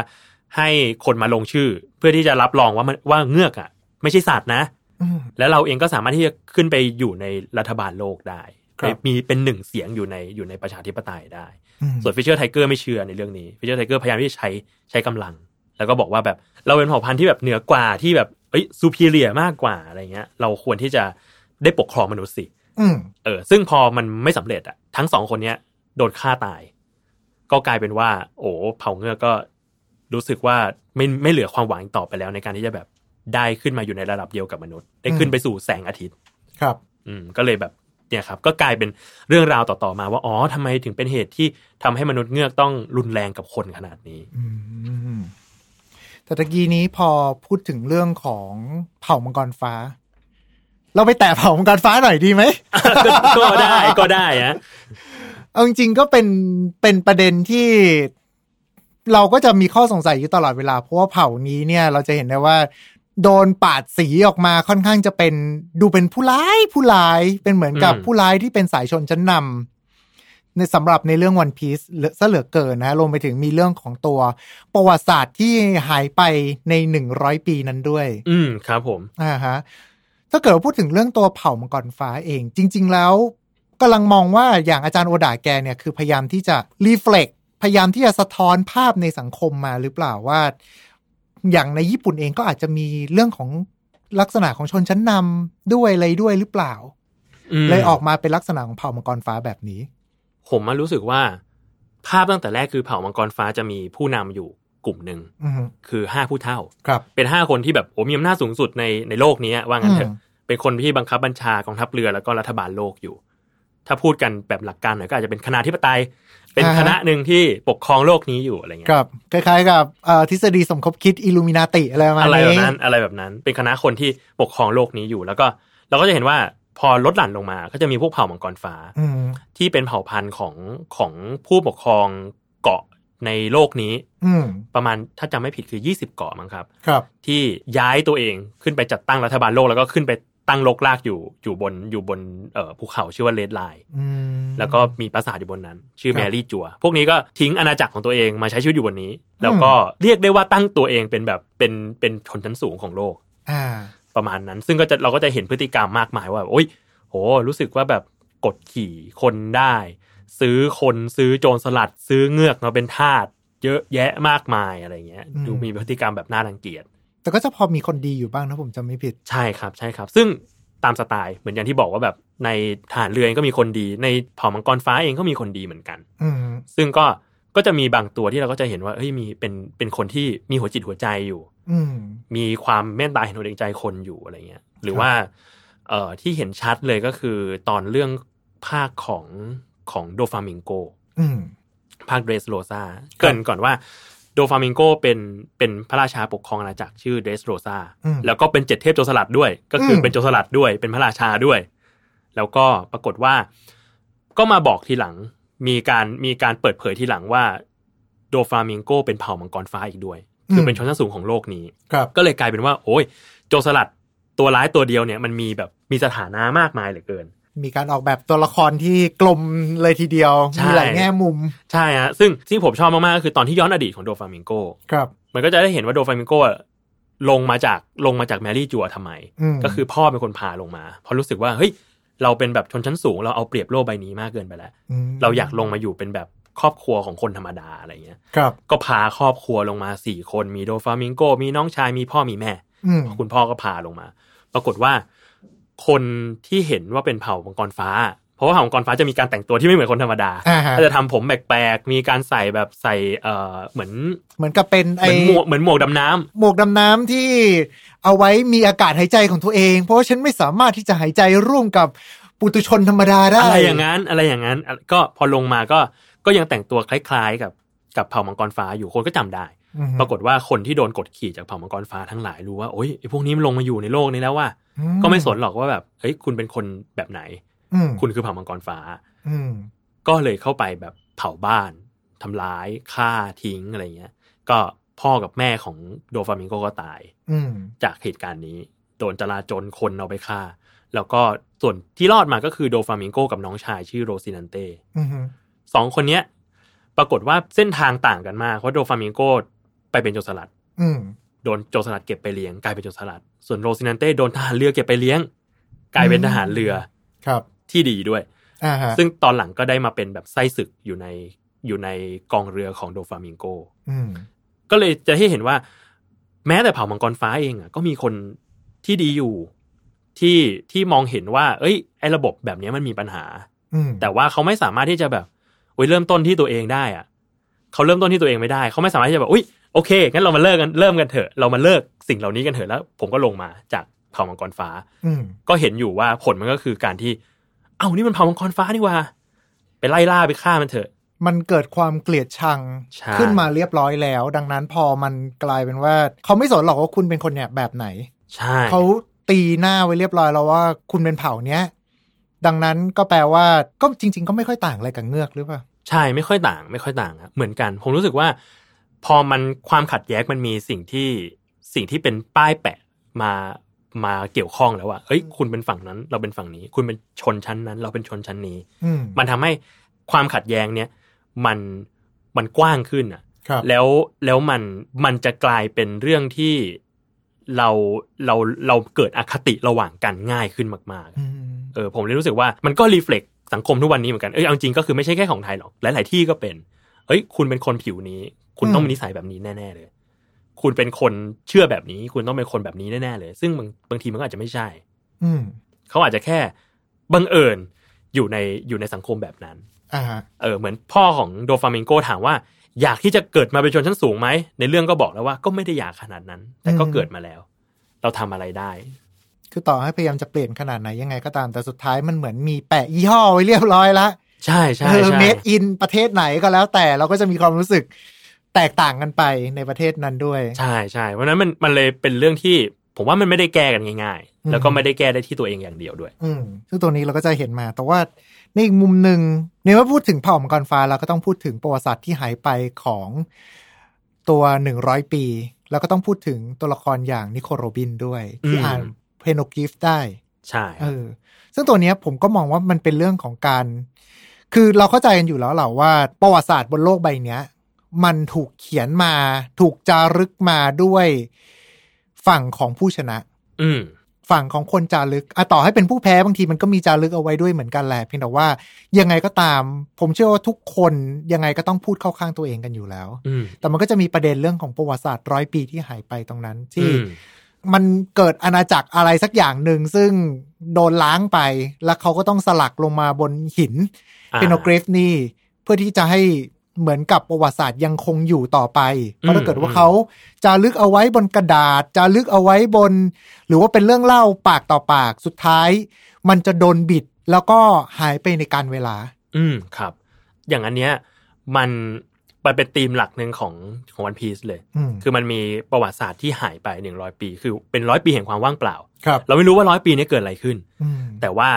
Speaker 3: ให้คนมาลงชื่อ เพื่อที่จะรับรองว่ามันว่าเงือกอ่ะ ไม่ใช่สัตว์นะ
Speaker 2: อืม
Speaker 3: แล้วเราเองก็สามารถที่จะขึ้นไปอยู่ในรัฐบาลโลกได้
Speaker 2: ครับ
Speaker 3: ไปมีเป็นหนึ่งเสียงอยู่ในอยู่ในประชาธิปไตยได้
Speaker 2: อืม
Speaker 3: ส่วนฟิชเชอร์ไทเกอร์ไม่เชื่อในเรื่องนี้ฟิชเชอร์ไทเกอร์พยายามที่จะใช้ใช้กำลัง แล้วก็บอกว่าแบบเราเป็นเผ่าพันธุ์ที่แบบเหนือกว่าที่แบบเอ้ยซูพีเรียมากกว่าอะไรเงี้ย เราควรที่จะได้ปกครองมนุษย์สิ
Speaker 2: อืม
Speaker 3: เออซึ่งพอมันไม่สำเร็จอะทั้งสองคนเนี้ยโดนฆ่าตาย ก็กลายเป็นว่า โอ้เผ่าเงือกก็รู้สึกว่าไม่ไม่เหลือความหวังอีกต่อไปแล้ว ในการที่จะแบบได้ขึ้นมาอยู่ในระดับเดียวกับมนุษย์ ได้ขึ้นไปสู่แสงอาทิตย์
Speaker 2: ครับ
Speaker 3: อืมก็เลยแบบเนี่ยครับ ก็กลายเป็นเรื่องราวต่อๆมาว่าอ๋อทำไมถึงเป็นเหตุที่ทำให้มนุษย์เงือกต้องรุนแรงกับคนขนาด
Speaker 2: [laughs]
Speaker 3: นี้
Speaker 2: อืมแต่ตะกี้นี้พอพูดถึงเรื่องของเผ่ามังกรฟ้า เราไปแตะเผ่ามังกรฟ้าหน่อยดีไหม
Speaker 3: ก็ก็ได้ก็ได้นะ
Speaker 2: เอาจริงๆก็เป็นเป็นประเด็นที่เราก็จะมีข้อสงสัยอยู่ตลอดเวลา เพราะว่าเผ่านี้เนี่ย เราจะเห็นได้ว่า โดนปาดสีออกมาค่อนข้างจะเป็นดูเป็นผู้ร้ายผู้ร้ายเป็นเหมือนกับผู้ร้ายที่เป็นสายชนชั้นนำในสำหรับในเรื่องวันพีซซะเหลือเกินนะฮะรวมไปถึงมีเรื่องของตัวประวัติศาสตร์ที่หายไปในหนึ่งร้อยปีนั้นด้วย
Speaker 3: อืมครับผม
Speaker 2: อ่าฮะถ้าเกิดว่าพูดถึงเรื่องตัวเผ่ามังกรฟ้าเอง จริง ๆ แล้วกำลังมองว่าอย่างอาจารย์โอดาแกเนี่ยคือพยายามที่จะรีเฟล็กพยายามที่จะสะท้อนภาพในสังคมมาหรือเปล่าว่า อย่างในญี่ปุ่นเองก็อาจจะมีเรื่องของลักษณะของชนชั้นนำด้วยอะไรด้วยหรือเปล่า
Speaker 3: ม
Speaker 2: เลยออกมาเป็นลักษณะของเผ่ามังกรฟ้าแบบนี้
Speaker 3: ผมมารู้สึกว่า ภาพตั้งแต่แรกคือเผ่ามังกรฟ้าจะมีผู้นำอยู่กลุ่มหนึ่ง
Speaker 2: อืม
Speaker 3: คือห้าผู้เท่า
Speaker 2: ครับ
Speaker 3: เป็นห้าคนที่แบบโอ้มีอำนาจสูงสุดในในโลกนี้อะว่างั้นเถอะ
Speaker 2: อืม
Speaker 3: เป็นคนที่บังคับบัญชากองทัพเรือแล้วก็รัฐบาลโลกอยู่ ถ้าพูดกันแบบหลักการหน่อยก็อาจจะเป็นคณะธิปไตย เป็นคณะหนึ่งที่ปกครองโลกนี้อยู่อะไรเงี้
Speaker 2: ค
Speaker 3: ย
Speaker 2: รับคล้ายๆ กับเอ่อทฤษฎีสมคบคิดอิลูมินาติอะไรประมาณ
Speaker 3: อะไรแบบ
Speaker 2: นี้
Speaker 3: นั้นอะไรแบบนั้น เป็นคณะคนที่ปกครองโลกนี้อยู่ แล้วก็เราก็จะเห็นว่าพอลดหลั่นลงมา ก็จะมีพวกเผ่ามังกรฟ้า
Speaker 2: อืม
Speaker 3: ที่เป็นเผ่าพันธุ์ของของผู้ปกครองเกาะในโลกนี้
Speaker 2: อืม
Speaker 3: ประมาณถ้าจำไม่ผิดคือ 20 เกาะมั้งครับ
Speaker 2: ครับ
Speaker 3: ที่ย้ายตัวเองขึ้นไปจัดตั้งรัฐบาลโลก แล้วก็ขึ้นไปตั้งลกลากอยู่อยู่บนอยู่บนเอ่อภูเขาชื่อว่าเลดไลน์
Speaker 2: อืม
Speaker 3: แล้วก็มีปราสาทอยู่บนนั้น ชื่
Speaker 2: ค
Speaker 3: อ
Speaker 2: รับ
Speaker 3: แมรี่จัว พวกนี้ก็ทิ้งอาณาจักรของตัวเองมาใช้ชีวิตอยู่บนนี้ แล้วก็เรียกได้ว่าตั้งตัวเองเป็นแบบเป็นเป็นชนชั้นสูงของโลก
Speaker 2: อ่า
Speaker 3: ประมาณนั้น ซึ่งก็จะเราก็จะเห็นพฤติกรรมมากมายว่า โอ้ยโห รู้สึกว่าแบบกดขี่คนได้ ซื้อคนซื้อโจรสลัด ซื้อเงือกมาเป็นทาสเยอะแยะมากมายอะไรเงี้ย
Speaker 2: อืม
Speaker 3: ดูมีพฤติกรรมแบบน่ารังเกียจ
Speaker 2: แต่ก็จะพอมีคนดีอยู่บ้างนะผมจำไม่ผิด
Speaker 3: ใช่ครับใช่ครับ ซึ่งตามสไตล์เหมือนอย่างที่บอกว่าแบบในฐานเรือเองก็มีคนดี ในเผ่ามังกรฟ้าเองก็มีคนดีเหมือนกัน
Speaker 2: อืม
Speaker 3: ซึ่งก็ก็จะมีบางตัวที่เราก็จะเห็นว่าเฮ้ยมีเป็นเป็นคนที่มีหัวจิตหัวใจอยู่
Speaker 2: อืม
Speaker 3: มีความเมตตาเห็นอกเห็นใจคนอยู่อะไรเงี้ย หรือ
Speaker 2: ครับ
Speaker 3: ว่า เอ่อที่เห็นชัดเลยก็คือตอนเรื่องภาคของของโดฟามิงโก
Speaker 2: อืม
Speaker 3: ภาคเดรสโรซาเกรินก่อนว่าโดฟามิงโกเป็นเป็นพระราชาปกครองอาณาจักรชื่อเดรสโรซา
Speaker 2: อืม
Speaker 3: แล้วก็เป็นเจ็ดเทพโจรสลัดด้วย ก็คืออ
Speaker 2: ม
Speaker 3: เป็นโจรสลัดด้วย เป็นพระราชาด้วย แล้วก็ปรากฏว่า ก็มาบอกทีหลังมีการมีการเปิดเผยทีหลังว่าโดฟามิงโกเป็นเผ่ามังกรฟ้าอีกด้วย คือเป็นชนชั้นสูงของโลกนี้
Speaker 2: ครับ
Speaker 3: ก็เลยกลายเป็นว่าโอ้ยโจรสลัดตัวร้ายตัวเดียวเนี่ยมันมีแบบมีสถานะมากมายเหลือเกิน
Speaker 2: มีการออกแบบตัวละครที่กลมเลยทีเดียว
Speaker 3: ใช่
Speaker 2: มีหลายแง่มุม
Speaker 3: ใช่ฮะซึ่งที่ผมชอบมาก ๆ ก็คือตอนที่ย้อนอดีตของโดฟามิงโก
Speaker 2: ครับ
Speaker 3: มันก็จะได้เห็นว่าโดฟามิงโกอะลงมาจากลงมาจากแมรี่จัวทำไม
Speaker 2: อืม
Speaker 3: ก็คือพ่อเป็นคนพาลงมา เพราะรู้สึกว่าเฮ้ยเราเป็นแบบชนชั้นสูง เราเอาเปรียบโลกใบนี้มากเกินไปแล้ว
Speaker 2: ม
Speaker 3: เราอยากลงมาอยู่เป็นแบบครอบครัวของคนธรรมดาอะไรเงี้ย
Speaker 2: ครับ
Speaker 3: ก็พาครอบครัวลงมาสี่คนมีโดฟามิงโก มีน้องชายมีพ่อมีแม่
Speaker 2: อืม
Speaker 3: คุณพ่อก็พาลงมา ปรากฏว่า คนที่เห็นว่าเป็นเผ่ามังกรฟ้า เพราะว่าเผ่ามังกรฟ้าจะมีการแต่งตัวที่ไม่เหมือนคนธรรมดา
Speaker 2: อ่าฮะ
Speaker 3: ก็จะทำผมแปลกๆ มีการใส่แบบใส่เอ่อเหมือน
Speaker 2: เหมือนกับเป็น
Speaker 3: เห
Speaker 2: ไอ้
Speaker 3: มือนหมวกเหมือนหมวกดำน้ำ
Speaker 2: หมวกดำน้ำที่เอาไว้มีอากาศหายใจของตัวเอง เพราะว่าฉันไม่สามารถที่จะหายใจร่วมกับปุตุชนธรรมดาได้
Speaker 3: อะไรอย่างนั้นอะไรอย่างนั้นอ่ะก็พอลงมาก็ก็ยังแต่งตัวคล้าย ๆ กับกับเผ่ามังกรฟ้าอยู่คนก็จำได้
Speaker 2: อืม
Speaker 3: ปรากฏว่าคนที่โดนกดขี่จากเผ่ามังกรฟ้าทั้งหลายรู้ว่าโอ๊ยไอ้พวกนี้มันลงมาอยู่ในโลกนี้แล้วว่า
Speaker 2: อื
Speaker 3: ก็ไม่สนหรอกว่าแบบเฮ้ยคุณเป็นคนแบบไหน
Speaker 2: อืม
Speaker 3: คุณคือเผ่ามังกรฟ้า
Speaker 2: อืม
Speaker 3: ก็เลยเข้าไปแบบเผาบ้านทำร้ายฆ่าทิ้งอะไรเงี้ย ก็พ่อกับแม่ของโดฟามิงโกก็ตาย
Speaker 2: อืม
Speaker 3: จากเหตุการณ์นี้ โดนจลาจลคนเอาไปฆ่า แล้วก็ส่วนที่รอดมาก็คือโดฟามิงโกกับน้องชายชื่อโรซินันเต้
Speaker 2: อืม
Speaker 3: สองคนเนี้ย ปรากฏว่าเส้นทางต่างกันมากเพราะโดฟามิงโกไปเป็นโจรสลัด
Speaker 2: อืม
Speaker 3: โดนโจรสลัดเก็บไปเลี้ยงกลายเป็นโจรสลัด ส่วนโรซินันเต้โดนทหารเรือเก็บไปเลี้ยง กลายเป็นทหารเรือ
Speaker 2: ครับ
Speaker 3: ที่ดีด้วย
Speaker 2: อ่าฮะ
Speaker 3: ซึ่งตอนหลังก็ได้มาเป็นแบบไส้ศึกอยู่ในอยู่ในกองเรือของโดฟามิงโก
Speaker 2: อืม
Speaker 3: ก็เลยจะให้เห็นว่า แม้แต่เผ่ามังกรฟ้าเองอ่ะก็มีคนที่ดีอยู่ ที่ที่มองเห็นว่า เอ้ยไอ้ระบบแบบเนี้ยมันมีปัญหา
Speaker 2: อืม
Speaker 3: แต่ว่าเขาไม่สามารถที่จะแบบอุ้ยเริ่มต้นที่ตัวเองได้อะเขาเริ่มต้นที่ตัวเองไม่ได้ เขาไม่สามารถที่จะแบบอุ้ยโอเคงั้นเรามาเลิกกันเริ่มกันเถอะ เรามาเลิกสิ่งเหล่านี้กันเถอะแล้ว ผมก็ลงมาจากเผ่ามังกรฟ้า
Speaker 2: อืม
Speaker 3: ก็เห็นอยู่ว่าผลมันก็คือการที่ เอ้านี่มันเผ่ามังกรฟ้านี่หว่าไปไล่ล่าไปฆ่ามันเถอะ
Speaker 2: มันเกิดความเกลียดชัง
Speaker 3: ใช่
Speaker 2: ขึ้นมาเรียบร้อยแล้ว ดังนั้นพอมันกลายเป็นว่า เขาไม่สนหรอกว่าคุณเป็นคนเนี่ยแบบไหน
Speaker 3: ใช่
Speaker 2: เขาตีหน้าไว้เรียบร้อยแล้วว่าคุณเป็นเผ่าเนี้ย ดังนั้นก็แปลว่าก็จริง ๆ ก็ไม่ค่อยต่างอะไรกับเงือกหรือเปล่า
Speaker 3: ใช่ไม่ค่อยต่าง ไม่ค่อยต่างครับเหมือนกัน ผมรู้สึกว่า พอมันความขัดแย้งมันมีสิ่งที่สิ่งที่เป็นป้ายแปะมามาเกี่ยวข้องแล้วว่าเอ้ย คุณเป็นฝั่งนั้น เราเป็นฝั่งนี้ คุณเป็นชนชั้นนั้น เราเป็นชนชั้นนี้
Speaker 2: อืม
Speaker 3: มันทำให้ความขัดแย้งเนี่ย มันมันกว้างขึ้นอ่ะ
Speaker 2: ครับ
Speaker 3: แล้วแล้วมันมันจะกลายเป็นเรื่องที่เราเราเราเกิดอคติระหว่างกันง่ายขึ้นมาก
Speaker 2: อืม
Speaker 3: ๆ เออผมเลยรู้สึกว่ามันก็รีเฟล็กสังคมทุกวันนี้เหมือนกันเอ้ยเอาจริงก็คือไม่ใช่แค่ของไทยหรอก หลาย ๆ ที่ก็เป็น เอ้ย คุณเป็นคนผิวนี้ คุณต้องมีนิสัยแบบนี้แน่ ๆ เลย คุณเป็นคนเชื่อแบบนี้ คุณต้องเป็นคนแบบนี้แน่ ๆ เลย ซึ่งบางบางทีมันก็อาจจะไม่ใช่
Speaker 2: อืม
Speaker 3: เขาอาจจะแค่บังเอิญอยู่ในอยู่ในสังคมแบบนั้น
Speaker 2: อ่าฮะ
Speaker 3: เออเหมือนพ่อของโดฟามิงโกถามว่า อยากที่จะเกิดมาเป็นชนชั้นสูงไหม ในเรื่องก็บอกแล้วว่าก็ไม่ได้อยากขนาดนั้น แต่ก็เกิดมาแล้ว เราทำอะไรได้
Speaker 2: คือต่อให้พยายามจะเปลี่ยนขนาดไหนยังไงก็ตามแต่สุดท้ายมันเหมือนมีแปะยี่ห้อไว้เรียบร้อยละ
Speaker 3: ใช่ใช่
Speaker 2: เออ
Speaker 3: ใช่
Speaker 2: เมดอินประเทศไหนก็แล้วแต่เราก็จะมีความรู้สึกแตกต่างกันไปในประเทศนั้นด้วย
Speaker 3: ใช่ใช่เพราะฉะนั้นมันมันเลยเป็นเรื่องที่ ผมว่ามันไม่ได้แก้กันง่าย
Speaker 2: อืม
Speaker 3: ๆ แล้วก็ไม่ได้แก้ได้ที่ตัวเองอย่างเดียวด้วย
Speaker 2: อืมซึ่งตัวนี้เราก็จะเห็นมา แต่ว่าในอีกมุมหนึ่งในเมื่อพูดถึงเผ่ามังกรฟ้าเราก็ต้องพูดถึงประวัติศาสตร์ที่หายไปของตัวหนึ่งร้อยปี แล้วก็ต้องพูดถึงตัวละครอย่างนิโคโรบินด้วย ที่
Speaker 3: อืม
Speaker 2: อ่านเพนโนกิฟได้
Speaker 3: ใช่
Speaker 2: เออ ซึ่งตัวเนี้ยผมก็มองว่ามันเป็นเรื่องของการ คือเราเข้าใจกันอยู่แล้วแหละว่าประวัติศาสตร์บนโลกใบเนี้ย มันถูกเขียนมา ถูกจารึกมาด้วยฝั่งของผู้ชนะ
Speaker 3: อืม
Speaker 2: ฝั่งของคนจารึกอะต่อให้เป็นผู้แพ้บางทีมันก็มีจารึกเอาไว้ด้วยเหมือนกันแหละเพียงแต่ว่ายังไงก็ตาม ผมเชื่อว่าทุกคนยังไงก็ต้องพูดเข้าข้างตัวเองกันอยู่แล้ว
Speaker 3: อืม
Speaker 2: แต่มันก็จะมีประเด็นเรื่องของประวัติศาสตร์ร้อยปีที่หายไปตรงนั้น
Speaker 3: อื
Speaker 2: ที่
Speaker 3: ม
Speaker 2: มันเกิดอาณาจักรอะไรสักอย่างหนึ่งซึ่งโดนล้างไป แล้วเขาก็ต้องสลักลงมาบนหิน
Speaker 3: อ่า
Speaker 2: เปนโนกริฟนี่เพื่อที่จะให้เหมือนกับประวัติศาสตร์ยังคงอยู่ต่อไปเพราะถ้าเกิดว่า
Speaker 3: อืม
Speaker 2: เขาจารึกเอาไว้บนกระดาษจารึกเอาไว้บน หรือว่าเป็นเรื่องเล่าปากต่อปากสุดท้าย มันจะโดนบิดแล้วก็หายไปในการเวลา
Speaker 3: อืมครับ อย่างอันเนี้ยมันมันเป็นธีมหลักหนึ่งของของวันพีซเลย
Speaker 2: อืม
Speaker 3: คือมันมีประวัติศาสตร์ที่หายไปหนึ่งร้อยปี คือเป็นร้อยปีแห่งความว่างเปล่า
Speaker 2: ครับ
Speaker 3: เราไม่รู้ว่าร้อยปีนี้เกิดอะไรขึ้น
Speaker 2: อืม
Speaker 3: แต่ว่า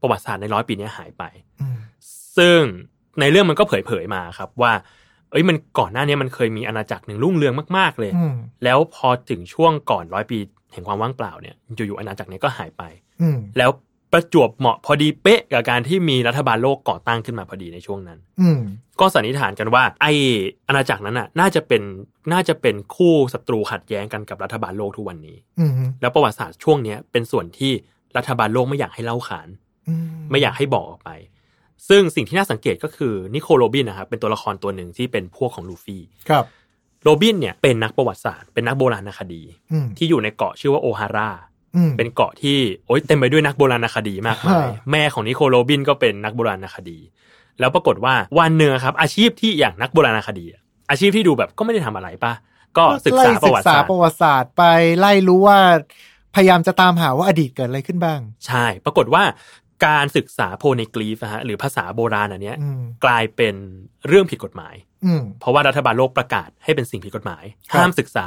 Speaker 3: ประวัติศาสตร์ในร้อยปีนี้หายไป
Speaker 2: อืม
Speaker 3: ซึ่งในเรื่องมันก็เผยเผยๆมาครับว่า เอ้ยมันก่อนหน้านี้มันเคยมีอาณาจักรหนึ่งรุ่งเรืองมากๆเลย
Speaker 2: อืม
Speaker 3: แล้วพอถึงช่วงก่อนร้อยปีแห่งความว่างเปล่าเนี่ยอยู่ๆอาณาจักรเนี้ก็หายไป
Speaker 2: อืม
Speaker 3: แล้วประจวบเหมาะพอดีเป๊ะกับการที่มีรัฐบาลโลกก่อตั้งขึ้นมาพอดีในช่วงนั้น
Speaker 2: อืม
Speaker 3: ก็สันนิษฐานกันว่า ไออาณาจักรนั้นน่ะ น่าจะเป็นน่าจะเป็นคู่ศัตรูขัดแย้งกันกับรัฐบาลโลกทุกวันนี้
Speaker 2: อืม
Speaker 3: แล้วประวัติศาสตร์ช่วงเนี้ยเป็นส่วนที่รัฐบาลโลกไม่อยากให้เล่าขาน
Speaker 2: อื
Speaker 3: ไม่อยากให้บอกออกไป ซึ่งสิ่งที่น่าสังเกตก็คือนิโคลโรบินนะครับเป็นตัวละครตัวหนึ่งที่เป็นพวกของลูฟี่
Speaker 2: ครับ
Speaker 3: โรบินเนี่ยเป็นนักประวัติศาสตร์ เป็นนักโบราณคดี
Speaker 2: อืม
Speaker 3: ที่อยู่ในเกาะชื่อว่าโอฮาร่า
Speaker 2: อืม
Speaker 3: เป็นเกาะที่โอ๊ยเต็มไปด้วยนักโบราณคดีมากมาย
Speaker 2: ฮะ
Speaker 3: แม่ของนิโคลโรบินก็เป็นนักโบราณคดี แล้วปรากฏว่าวันหนึ่งครับ อาชีพที่อย่างนักโบราณคดีอะอาชีพที่ดูแบบก็ไม่ได้ทำอะไรปะก็ศึกษาประวัติ
Speaker 2: ไล่ศึกษา
Speaker 3: ศาสตร์
Speaker 2: ประวัติศาสตร์ไปไล่รู้ว่า พยายามจะตามหาว่าอดีตเกิดอะไรขึ้นบ้าง
Speaker 3: ใช่ ปรากฏว่าการศึกษาโพนิกรีฟนะฮะหรือภาษาโบราณอันเนี้ย
Speaker 2: อืม
Speaker 3: กลายเป็นเรื่องผิดกฎหมาย
Speaker 2: อืม
Speaker 3: เพราะว่ารัฐบาลโลกประกาศให้เป็นสิ่งผิดกฎหมาย
Speaker 2: ครับ
Speaker 3: ห้ามศึกษา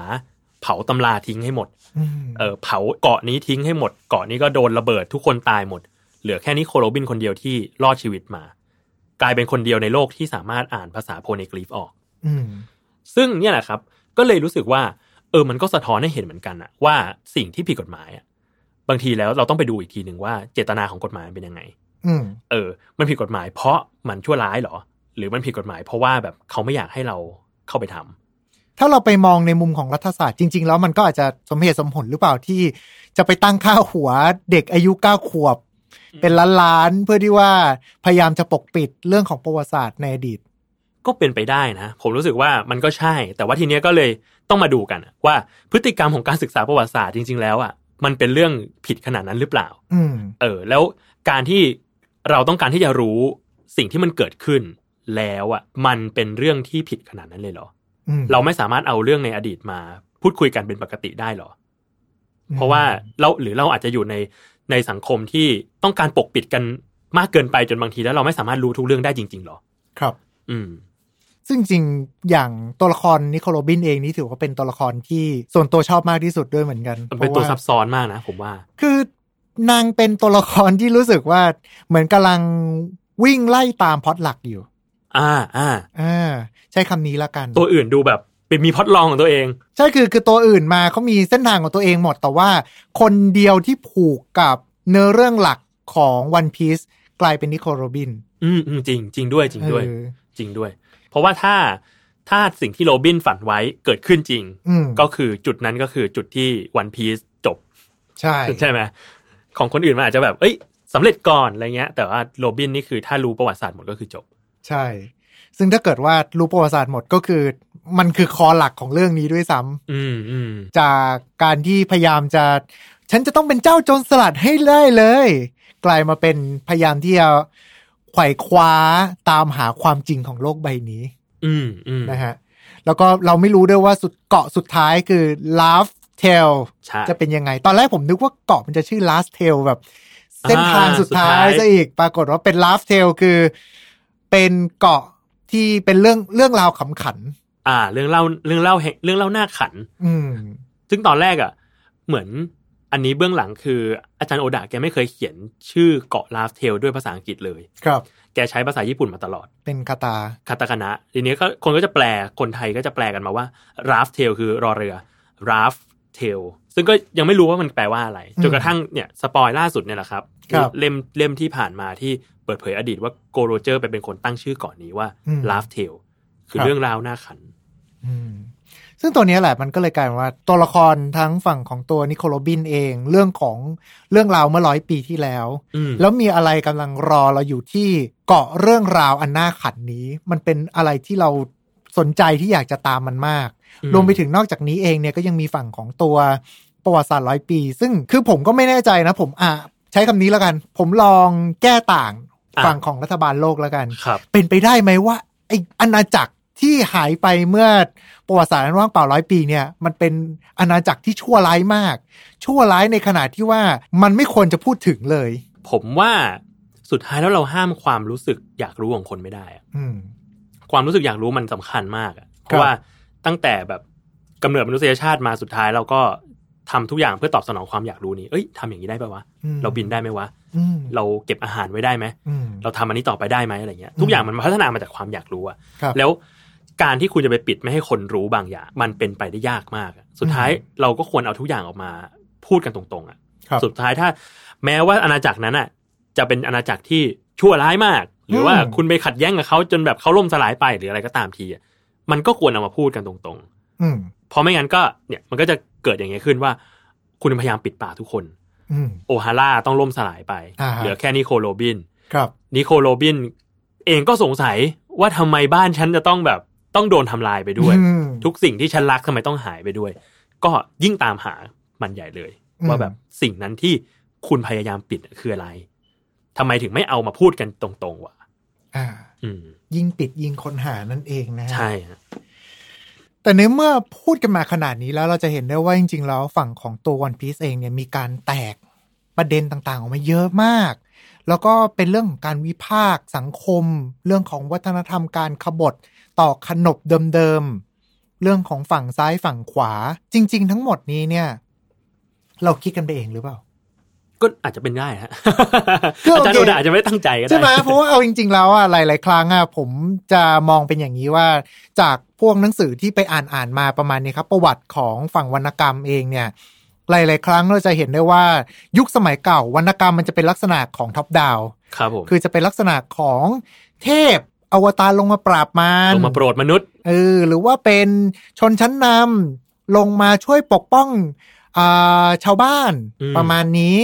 Speaker 3: เผาตำราทิ้งให้หมด
Speaker 2: อืม
Speaker 3: เออเผาเกาะนี้ทิ้งให้หมด เกาะนี้ก็โดนระเบิดทุกคนตายหมด เหลือแค่นี้โคโรบินคนเดียวที่รอดชีวิตมา กลายเป็นคนเดียวในโลกที่สามารถอ่านภาษาโพนิกรีฟออก
Speaker 2: อืม
Speaker 3: ซึ่งเนี่ยแหละครับ ก็เลยรู้สึกว่า เออมันก็สะท้อนให้เห็นเหมือนกันอะว่าสิ่งที่ผิดกฎหมายอะบางทีแล้วเราต้องไปดูอีกทีหนึ่งว่าเจตนาของกฎหมายมันเป็นยังไง
Speaker 2: อืม
Speaker 3: เออ มันผิดกฎหมายเพราะมันชั่วร้ายเหรอ หรือมันผิดกฎหมายเพราะว่าแบบเขาไม่อยากให้เราเข้าไปทำ
Speaker 2: ถ้าเราไปมองในมุมของรัฐศาสตร์จริง ๆ แล้วมันก็อาจจะสมเหตุสมผลหรือเปล่าที่จะไปตั้งค่าหัวเด็กอายุเก้าขวบ เป็นล้านๆเพื่อที่ว่าพยายามจะปกปิดเรื่องของประวัติศาสตร์ในอดีต
Speaker 3: ก็เป็นไปได้นะ ผมรู้สึกว่ามันก็ใช่ แต่ว่าทีเนี้ยก็เลยต้องมาดูกันอะว่าพฤติกรรมของการศึกษาประวัติศาสตร์จริง ๆ แล้วอ่ะ มันเป็นเรื่องผิดขนาดนั้นหรือเปล่า
Speaker 2: อืม
Speaker 3: เออแล้วการที่เราต้องการที่จะรู้สิ่งที่มันเกิดขึ้น แล้วอ่ะมันเป็นเรื่องที่ผิดขนาดนั้นเลยเหรอ
Speaker 2: อืม
Speaker 3: เราไม่สามารถเอาเรื่องในอดีตมาพูดคุยกันเป็นปกติได้เหรอ เพราะว่าเราหรือเราอาจจะอยู่ในในสังคมที่ต้องการปกปิดกันมากเกินไปจนบางทีแล้วเราไม่สามารถรู้ทุกเรื่องได้จริง ๆหรอ
Speaker 2: ครับ
Speaker 3: อืม
Speaker 2: ซึ่งจริงๆอย่างตัวละครนิโคลโรบินเองนี่ถือว่าเป็นตัวละครที่ส่วนตัวชอบมากที่สุดด้วยเหมือนกัน
Speaker 3: มันเป็น
Speaker 2: พ
Speaker 3: ตัว
Speaker 2: ราะา
Speaker 3: ซับซ้อนมากนะผมว่า
Speaker 2: คือนางเป็นตัวละครที่รู้สึกว่าเหมือนกำลังวิ่งไล่ตามพล็อดหลักอยู่
Speaker 3: อ่าอ่า
Speaker 2: อ่าใช้คำนี้ละกัน
Speaker 3: ตัวอื่นดูแบบเป็นมีพล็อดลองของตัวเอง
Speaker 2: ใช่คือคือตัวอื่นมาเขามีเส้นทางของตัวเองหมด แต่ว่าคนเดียวที่ผูกกับเนื้อเรื่องหลักของวันพี e กลายเป็นนิโคลโรบิน
Speaker 3: อืมอืมจริง จริงด้วยจริงด้วย
Speaker 2: เออ
Speaker 3: จริงด้วย เพราะว่าถ้าถ้าสิ่งที่โรบินฝันไว้เกิดขึ้นจริง
Speaker 2: อืม
Speaker 3: ก็คือจุดนั้นก็คือจุดที่วันพีซจบ
Speaker 2: ใช่
Speaker 3: ใช่ไหมของคนอื่นมันอาจจะแบบ เอ้ยสำเร็จก่อนอะไรเงี้ย แต่ว่าโรบินนี่คือถ้ารู้ประวัติศาสตร์หมดก็คือจบ
Speaker 2: ใช่ ซึ่งถ้าเกิดว่ารู้ประวัติศาสตร์หมดก็คือ มันคือคอหลักของเรื่องนี้ด้วยซ้ำ
Speaker 3: อืมอืม
Speaker 2: จากการที่พยายามจะ ฉันจะต้องเป็นเจ้าโจรสลัดให้ได้เลย กลายมาเป็นพยายามที่จะไขว่คว้าตามหาความจริงของโลกใบนี้
Speaker 3: อืมอืม
Speaker 2: นะฮะ แล้วก็เราไม่รู้ด้วยว่าสุดเกาะสุดท้ายคือ last tail
Speaker 3: ใช่
Speaker 2: จะเป็นยังไง ตอนแรกผมนึกว่าเกาะมันจะชื่อ last tail แบบ เส้นทางสุดท้าย
Speaker 3: อ่าสุดท้าย
Speaker 2: ซะอีก ปรากฏว่าเป็น last tail คือ เป็นเกาะที่เป็นเรื่องเรื่องราวขำขัน
Speaker 3: อ่า เรื่องเล่าเรื่องเล่าแห่งเรื่องเล่าหน้าขัน
Speaker 2: อืม
Speaker 3: ซึ่งตอนแรกอ่ะ เหมือนอันนี้เบื้องหลังคืออาจารย์โอดะแกไม่เคยเขียนชื่อเกาะลาฟเทลด้วยภาษาอังกฤษเลย
Speaker 2: ครับ
Speaker 3: แกใช้ภาษาญี่ปุ่นมาตลอด
Speaker 2: เป็นคาตา
Speaker 3: คาตาคานะทีนี้ก็คนก็จะแปลคนไทยก็จะแปลกันมาว่าราฟเทลคือรอเรือราฟเทลซึ่งก็ยังไม่รู้ว่ามันแปลว่าอะไร
Speaker 2: อืม
Speaker 3: จนกระทั่งเนี่ยสปอยล่าสุดเนี่ยแหละครับ
Speaker 2: ครับ
Speaker 3: เล่มเล่มที่ผ่านมาที่เปิดเผยอดีตว่าโกโรเจอร์ไปเป็นคนตั้งชื่อก่อนนี้ว่า
Speaker 2: อืม
Speaker 3: ราฟเทลคือ
Speaker 2: ครับ
Speaker 3: เรื่องราวหน้าขัน
Speaker 2: อืมซึ่งตัวเนี้ยแหละมันก็เลยกลายเป็นว่าตัวละครทั้งฝั่งของตัวนิโคลโรบินเอง เรื่องของเรื่องราวเมื่อร้อยปีที่แล้ว
Speaker 3: อืม
Speaker 2: แล้วมีอะไรกำลังรอเราอยู่ที่เกาะเรื่องราวอันน่าขันนี้ มันเป็นอะไรที่เราสนใจที่อยากจะตามมันมาก รวมไปถึงนอกจากนี้เองเนี่ยก็ยังมีฝั่งของตัวประวัติศาสตร์ร้อยปี ซึ่งคือผมก็ไม่แน่ใจนะ ผมอ่ะใช้คำนี้แล้วกัน ผมลองแก้ต่าง
Speaker 3: ะ
Speaker 2: ฝั่งของรัฐบาลโลกแล้วกัน
Speaker 3: ครับ
Speaker 2: เป็นไปได้ไหมว่าไออาณาจักรที่หายไปเมื่อประวัติศาสตร์อันว่างเปล่าร้อยปีเนี่ย มันเป็นอาณาจักรที่ชั่วร้ายมาก ชั่วร้ายในขนาดที่ว่ามันไม่ควรจะพูดถึงเลย
Speaker 3: ผมว่าสุดท้ายแล้วเราห้ามความรู้สึกอยากรู้ของคนไม่ได้อะ
Speaker 2: อืม
Speaker 3: ความรู้สึกอยากรู้มันสำคัญมากอะเพ
Speaker 2: ครับ
Speaker 3: ราะว่าตั้งแต่แบบกำเนิดมนุษยชาติมาสุดท้ายเราก็ทำทุกอย่างเพื่อตอบสนองความอยากรู้นี้ เอ้ยทำอย่างนี้ได้ปะวะ
Speaker 2: อืม
Speaker 3: เราบินได้ไหมวะ
Speaker 2: อืม
Speaker 3: เราเก็บอาหารไว้ได้ไหม
Speaker 2: อืม
Speaker 3: เราทำอันนี้ต่อไปได้ไหมอะไรเงี้ย
Speaker 2: อืม
Speaker 3: ทุกอย่างมันพัฒนามาจากความอยากรู้อะ
Speaker 2: ครับ
Speaker 3: แล้วการที่คุณจะไปปิดไม่ให้คนรู้บางอย่าง มันเป็นไปได้ยากมากอะสุดท้ายเราก็ควรเอาทุกอย่างออกมาพูดกันตรงๆอะ
Speaker 2: ครับ
Speaker 3: สุดท้ายถ้าแม้ว่าอาณาจักรนั้นอ่ะ จะเป็นอาณาจักรที่ชั่วร้ายมาก หรือว่า
Speaker 2: อืม
Speaker 3: คุณไปขัดแย้งกับเขาจนแบบเขาล่มสลายไปหรืออะไรก็ตามทีอะมันก็ควรเอามาพูดกันตรง
Speaker 2: อืม
Speaker 3: ๆ เพราะไม่งั้นก็เนี่ยมันก็จะเกิดอย่างเงี้ยขึ้นว่า คุณพยายามปิดปากทุกคน
Speaker 2: อืม
Speaker 3: โอฮาร่าต้องล่มสลายไป
Speaker 2: อ่าฮะ
Speaker 3: เหลือแค่นิโคลโรบิน
Speaker 2: ครับ
Speaker 3: นิโคลโรบิน เองก็สงสัยว่าทำไมบ้านฉันจะต้องแบบต้องโดนทำลายไปด้วย
Speaker 2: อืม
Speaker 3: ทุกสิ่งที่ฉันรักทำไมต้องหายไปด้วย ก็ยิ่งตามหามันใหญ่เลย
Speaker 2: อืม
Speaker 3: ว่าแบบสิ่งนั้นที่คุณพยายามปิดคืออะไรทำไมถึงไม่เอามาพูดกันตรงๆวะ
Speaker 2: อ่า
Speaker 3: อืม
Speaker 2: ยิ่งปิดยิ่งค้นหานั่นเองนะฮะ
Speaker 3: ใช่ฮะ
Speaker 2: แต่ในเมื่อพูดกันมาขนาดนี้แล้วเราจะเห็นได้ว่าจริง ๆ แล้วฝั่งของตัว One Piece เองเนี่ยมีการแตกประเด็นต่างๆ ออกมาเยอะมาก แล้วก็เป็นเรื่องของการวิพากษ์สังคม เรื่องของวัฒนธรรมการขบฏต่อขนบเดิมๆ เรื่องของฝั่งซ้ายฝั่งขวา จริง ๆ ทั้งหมดนี้เนี่ย เราคิดกันไปเองหรือเปล่า
Speaker 3: ก็อาจจะเป็นได้ฮะ
Speaker 2: คือ
Speaker 3: อา
Speaker 2: โอเค
Speaker 3: จารย์โดดาอาจจะไม่ได้ตั้งใจก็ได้
Speaker 2: ใช่ไหมเพราะว่าเอาจริง ๆ แล้วอ่ะหลาย ๆ ครั้งอ่ะผมจะมองเป็นอย่างนี้ว่า จากพวกหนังสือที่ไปอ่านอ่านมาประมาณนี้ครับ ประวัติของฝั่งวรรณกรรมเองเนี่ย หลาย ๆ ครั้งเราจะเห็นได้ว่ายุคสมัยเก่าวรรณกรรมมันจะเป็นลักษณะของท็อปดาว
Speaker 3: ครับผม
Speaker 2: คือจะเป็นลักษณะของเทพอวตารลงมาปราบมาร
Speaker 3: ลงมาโปรดมนุษย์
Speaker 2: เออหรือว่าเป็นชนชั้นนำลงมาช่วยปกป้องอ่าชาวบ้าน
Speaker 3: อืม
Speaker 2: ประมาณนี้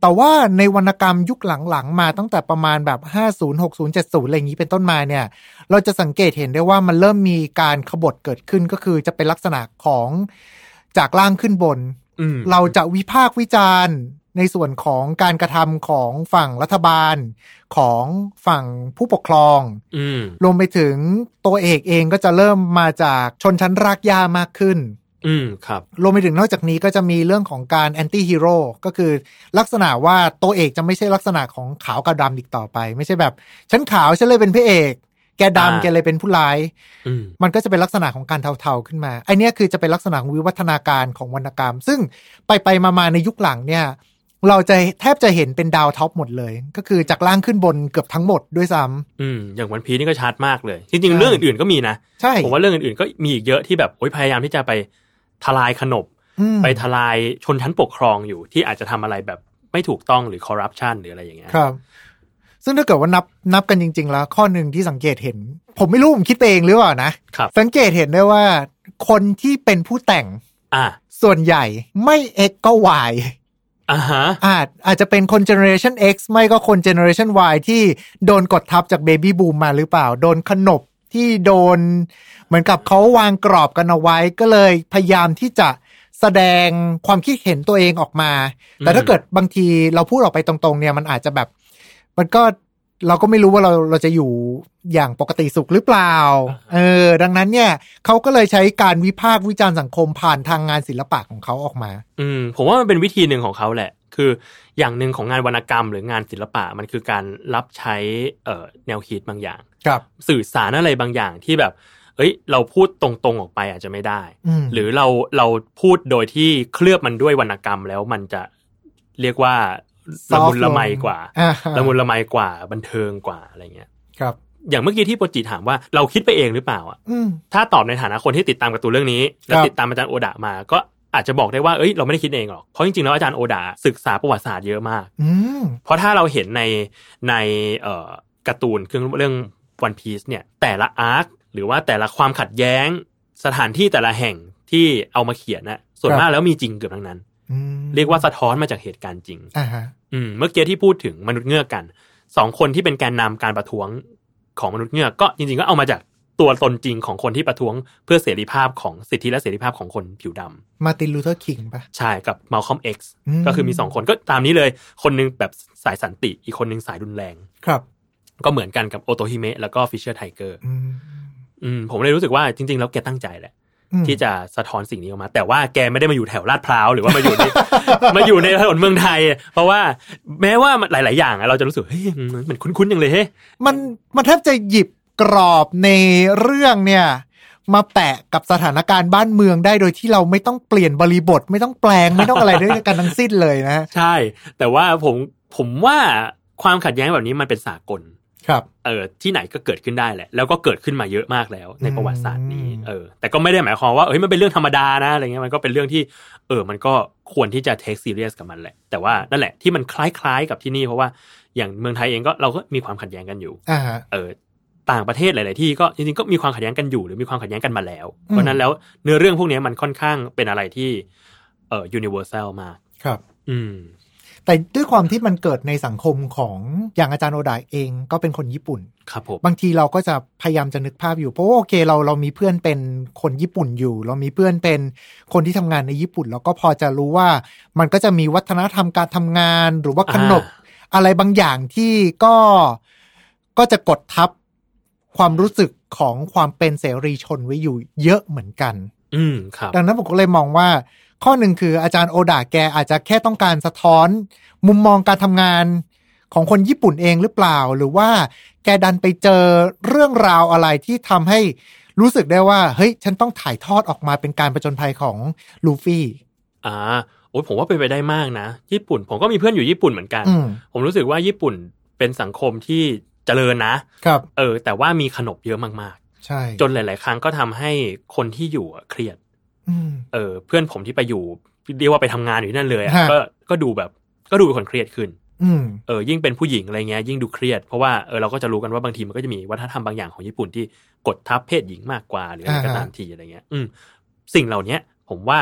Speaker 2: แต่ว่าในวรรณกรรมยุคหลังๆ มาตั้งแต่ประมาณแบบ 50 60 70 อะไรอย่างนี้เป็นต้นมาเนี่ย เราจะสังเกตเห็นได้ว่ามันเริ่มมีการขบฏเกิดขึ้นก็คือจะเป็นลักษณะของจากล่างขึ้นบน
Speaker 3: อืม
Speaker 2: เราจะวิพากษ์วิจารณ์ในส่วนของการกระทำของฝั่งรัฐบาลของฝั่งผู้ปกครอง
Speaker 3: อืม
Speaker 2: รวมไปถึงตัวเอกเองก็จะเริ่มมาจากชนชั้นรากหญ้ามากขึ้น
Speaker 3: อืมครับ
Speaker 2: รวมไปถึงนอกจากนี้ก็จะมีเรื่องของการแอนตี้ฮีโร่ก็คือลักษณะว่าตัวเอกจะไม่ใช่ลักษณะของขาวกับดำอีกต่อไป ไม่ใช่แบบ ฉันขาวฉันเลยเป็นพระเอก แก
Speaker 3: อ่า
Speaker 2: ดำแกเลยเป็นผู้ร้าย
Speaker 3: อืม
Speaker 2: มันก็จะเป็นลักษณะของการเทาๆขึ้นมาไอเนี้ยคือจะเป็นลักษณะของวิวัฒนาการของวรรณกรรม ซึ่งไปไปๆมาๆในยุคหลังเนี่ย เราจะแทบจะเห็นเป็นดาวท็อปหมดเลย ก็คือจากล่างขึ้นบนเกือบทั้งหมดด้วยซ้ำ
Speaker 3: อืมอย่างวันพีนี่ก็ชัดมากเลย จริง
Speaker 2: ใช่
Speaker 3: ๆเรื่องอื่นๆก็มีนะ
Speaker 2: ใช่
Speaker 3: ผมว่าเรื่องอื่นๆก็มีอีกเยอะที่แบบโอ๊ยพยายามที่จะไปทลายขนบ
Speaker 2: อืม
Speaker 3: ไปทลายชนชั้นปกครองอยู่ที่อาจจะทำอะไรแบบไม่ถูกต้องหรือคอร์รัปชันหรืออะไรอย่างเงี้ย
Speaker 2: ครับ ซึ่งถ้าเกิดว่านับนับกันจริง ๆ แล้ว ข้อหนึ่งที่สังเกตเห็น ผมไม่รู้ผมคิดไปเองหรือเปล่านะ
Speaker 3: ครับ
Speaker 2: สังเกตเห็นได้ว่า คนที่เป็นผู้แต่ง
Speaker 3: อ่า
Speaker 2: ส่วนใหญ่ไม่ X ก็ Y
Speaker 3: อ่าฮะ
Speaker 2: อาจอาจจะเป็นคน Generation X ไม่ก็คน Generation Y ที่โดนกดทับจาก Baby Boom มาหรือเปล่า โดนขนบที่โดน เหมือนกับเขาวางกรอบกันเอาไว้ ก็เลยพยายามที่จะแสดงความคิดเห็นตัวเองออกมา แต่ถ้าเกิดบางทีเราพูดออกไปตรงๆ เนี่ยมันอาจจะแบบ มันก็เราก็ไม่รู้ว่าเราเราจะอยู่อย่างปกติสุขหรือเปล่า เออ ดังนั้นเนี่ยเขาก็เลยใช้การวิพากษ์วิจารณ์สังคมผ่านทางงานศิลปะของเขาออกมา
Speaker 3: อืมผมว่ามันเป็นวิธีหนึ่งของเขาแหละ คืออย่างหนึ่งของงานวรรณกรรม หรืองานศิลปะมันคือการรับใช้เอ่อแนวคิดบางอย่าง
Speaker 2: ครับ
Speaker 3: สื่อสารอะไรบางอย่างที่แบบ เอ้ย เราพูดตรงๆออกไปอาจจะไม่ได้
Speaker 2: อืม
Speaker 3: หรือเราเราพูดโดยที่เคลือบมันด้วยวรรณกรรมแล้วมันจะเรียกว่าละมุน
Speaker 2: Soft
Speaker 3: ละไมกว่า
Speaker 2: อ่ฮ
Speaker 3: ละมุนละไมกว่าบันเทิงกว่าอะไรเงี้ย
Speaker 2: ครับ
Speaker 3: อย่างเมื่อกี้ที่โปรจิถามว่าเราคิดไปเองหรือเปล่าอ่ะ
Speaker 2: อืม
Speaker 3: ถ้าตอบในฐานะคนที่ติดตามการ์ตูนเรื่องนี้และ
Speaker 2: ครับ
Speaker 3: ติดตามอาจารย์โอดะมา ก็อาจจะบอกได้ว่าเอ้ยเราไม่ได้คิดเองหรอกเพราะจริงๆแล้วอาจารย์โอดะศึกษาประวัติศาสตร์เยอะมาก
Speaker 2: อืม
Speaker 3: เพราะถ้าเราเห็นในในเอ่อการ์ตูนเครื่องเรื่องวันพีซเนี่ยแต่ละอาร์คหรือว่าแต่ละความขัดแย้ง สถานที่แต่ละแห่งที่เอามาเขียนนะส่วน
Speaker 2: ครับ
Speaker 3: มากแล้วมีจริงเกือบทั้งนั้น
Speaker 2: อืม
Speaker 3: เรียกว่าสะท้อนมาจากเหตุการณ์จริง
Speaker 2: อ่าฮะ
Speaker 3: อืมเมื่อกี้ที่พูดถึงมนุษย์เงือกกันสองคนที่เป็นแกนนำการประท้วงของมนุษย์เงือกก็จริงๆก็เอามาจากตัวตนจริงของคนที่ประท้วงเพื่อเสรีภาพของสิทธิและเสรีภาพของคนผิวดำ
Speaker 2: มาตินลูเทอร์คิงปะ
Speaker 3: ใช่กับมาลคอมเอ็กซ์
Speaker 2: อืม
Speaker 3: ก็คือมีสองคนก็ตามนี้เลย คนหนึงแบบสายสันติ อีกคนหนึงสายรุนแรง
Speaker 2: ครับ
Speaker 3: ก็เหมือนกันกับโอโตฮิเมะแล้วก็ฟิชเชอร์ไทเกอร์
Speaker 2: อืม
Speaker 3: ผมเลยรู้สึกว่าจริง ๆ แล้วแกตั้งใจแหละ
Speaker 2: อืม
Speaker 3: ที่จะสะท้อนสิ่งนี้ออกมา แต่ว่าแกไม่ได้มาอยู่แถวลาดพร้าวหรือว่ามาอยู่ใน [laughs] มาอยู่ในถนนเมืองไทย เพราะว่าแม้ว่ามันหลาย ๆ อย่างอะเราจะรู้สึกเฮ้ยมันมันคุ้นๆอย่างเลยเฮ้ย
Speaker 2: มันมันแทบจะหยิบกรอบในเรื่องเนี่ย มาแปะกับสถานการณ์บ้านเมืองได้โดยที่เราไม่ต้องเปลี่ยนบริบท ไม่ต้องแปลง ไม่ต้องอะไรด้วยกันทั้งสิ้นเลยนะฮะ
Speaker 3: ใช่ แต่ว่าผมผมว่าความขัดแย้งแบบนี้มันเป็นสากล
Speaker 2: ครับ
Speaker 3: เออที่ไหนก็เกิดขึ้นได้แหละ แล้วก็เกิดขึ้นมาเยอะมากแล้ว ใน
Speaker 2: อืม
Speaker 3: ประวัติศาสตร์นี้เออ แต่ก็ไม่ได้หมายความว่าเอ้ยมันเป็นเรื่องธรรมดานะอะไรเงี้ยมันก็เป็นเรื่องที่ เออ มันก็ควรที่จะเทคซีเรียสกับมันแหละ แต่ว่านั่นแหละที่มันคล้าย ๆ กับที่นี่เพราะว่าอย่างเมืองไทยเองก็เราก็มีความขัดแย้งกันอยู่
Speaker 2: อ่าฮะ
Speaker 3: เออต่างประเทศหลาย ๆ ที่ก็จริง ๆ ก็มีความขัดแย้งกันอยู่หรือมีความขัดแย้งกันมาแล้ว
Speaker 2: อืม
Speaker 3: เพราะฉะนั้นแล้วเนื้อเรื่องพวกนี้มันค่อนข้างเป็นอะไรที่เอ่อ universal มาก
Speaker 2: ครับ
Speaker 3: อืม
Speaker 2: แต่ด้วยความที่มันเกิดในสังคมของอย่างอาจารย์โอดายเองก็เป็นคนญี่ปุ่น
Speaker 3: ครับผม
Speaker 2: บางทีเราก็จะพยายามจะนึกภาพอยู่เพราะว่าโอเคเราเรามีเพื่อนเป็นคนญี่ปุ่นอยู่ เรามีเพื่อนเป็นคนที่ทำงานในญี่ปุ่น เราก็พอจะรู้ว่ามันก็จะมีวัฒนธรรมการทำงาน หรือว่าขนบ
Speaker 3: อ่า
Speaker 2: อะไรบางอย่างที่ก็ก็จะกดทับความรู้สึกของความเป็นเสรีชนไว้อยู่เยอะเหมือนกัน
Speaker 3: อืมครับ
Speaker 2: ดังนั้นผมก็เลยมองว่า ข้อหนึ่งคืออาจารย์โอดาแกอาจจะแค่ต้องการสะท้อน มุมมองการทำงานของคนญี่ปุ่นเองหรือเปล่า หรือว่าแกดันไปเจอเรื่องราวอะไรที่ทำให้รู้สึกได้ว่า เฮ้ย ฉันต้องถ่ายทอดออกมาเป็นการประจนภัยของลูฟี่
Speaker 3: อ่าโอ้ยผมว่าเป็นไปได้มากนะ ญี่ปุ่น ผมก็มีเพื่อนอยู่ญี่ปุ่นเหมือนกัน
Speaker 2: อืม
Speaker 3: ผมรู้สึกว่าญี่ปุ่นเป็นสังคมที่เจริญนะ
Speaker 2: ครับ
Speaker 3: เออ แต่ว่ามีขนบเยอะมาก
Speaker 2: ใช่
Speaker 3: ๆ จนหลาย ๆ ครั้งก็ทำให้คนที่อยู่อะเครียด
Speaker 2: อืม
Speaker 3: เออเพื่อนผมที่ไปอยู่เรียกว่าไปทำงานอยู่ที่นั่นเลยอะ
Speaker 2: ฮะ
Speaker 3: ก็ก็ดูแบบก็ดูเป็นคนเครียดขึ้น
Speaker 2: อืม
Speaker 3: เออยิ่งเป็นผู้หญิงอะไรเงี้ยยิ่งดูเครียด เพราะว่าเออเราก็จะรู้กันว่าบางทีมันก็จะมีวัฒนธรรมบางอย่างของญี่ปุ่นที่กดทับเพศหญิงมากกว่าหรืออะไรก็
Speaker 2: อ่าฮะ
Speaker 3: ตามทีอะไรเงี้ย อืมสิ่งเหล่าเนี้ย ผมว่า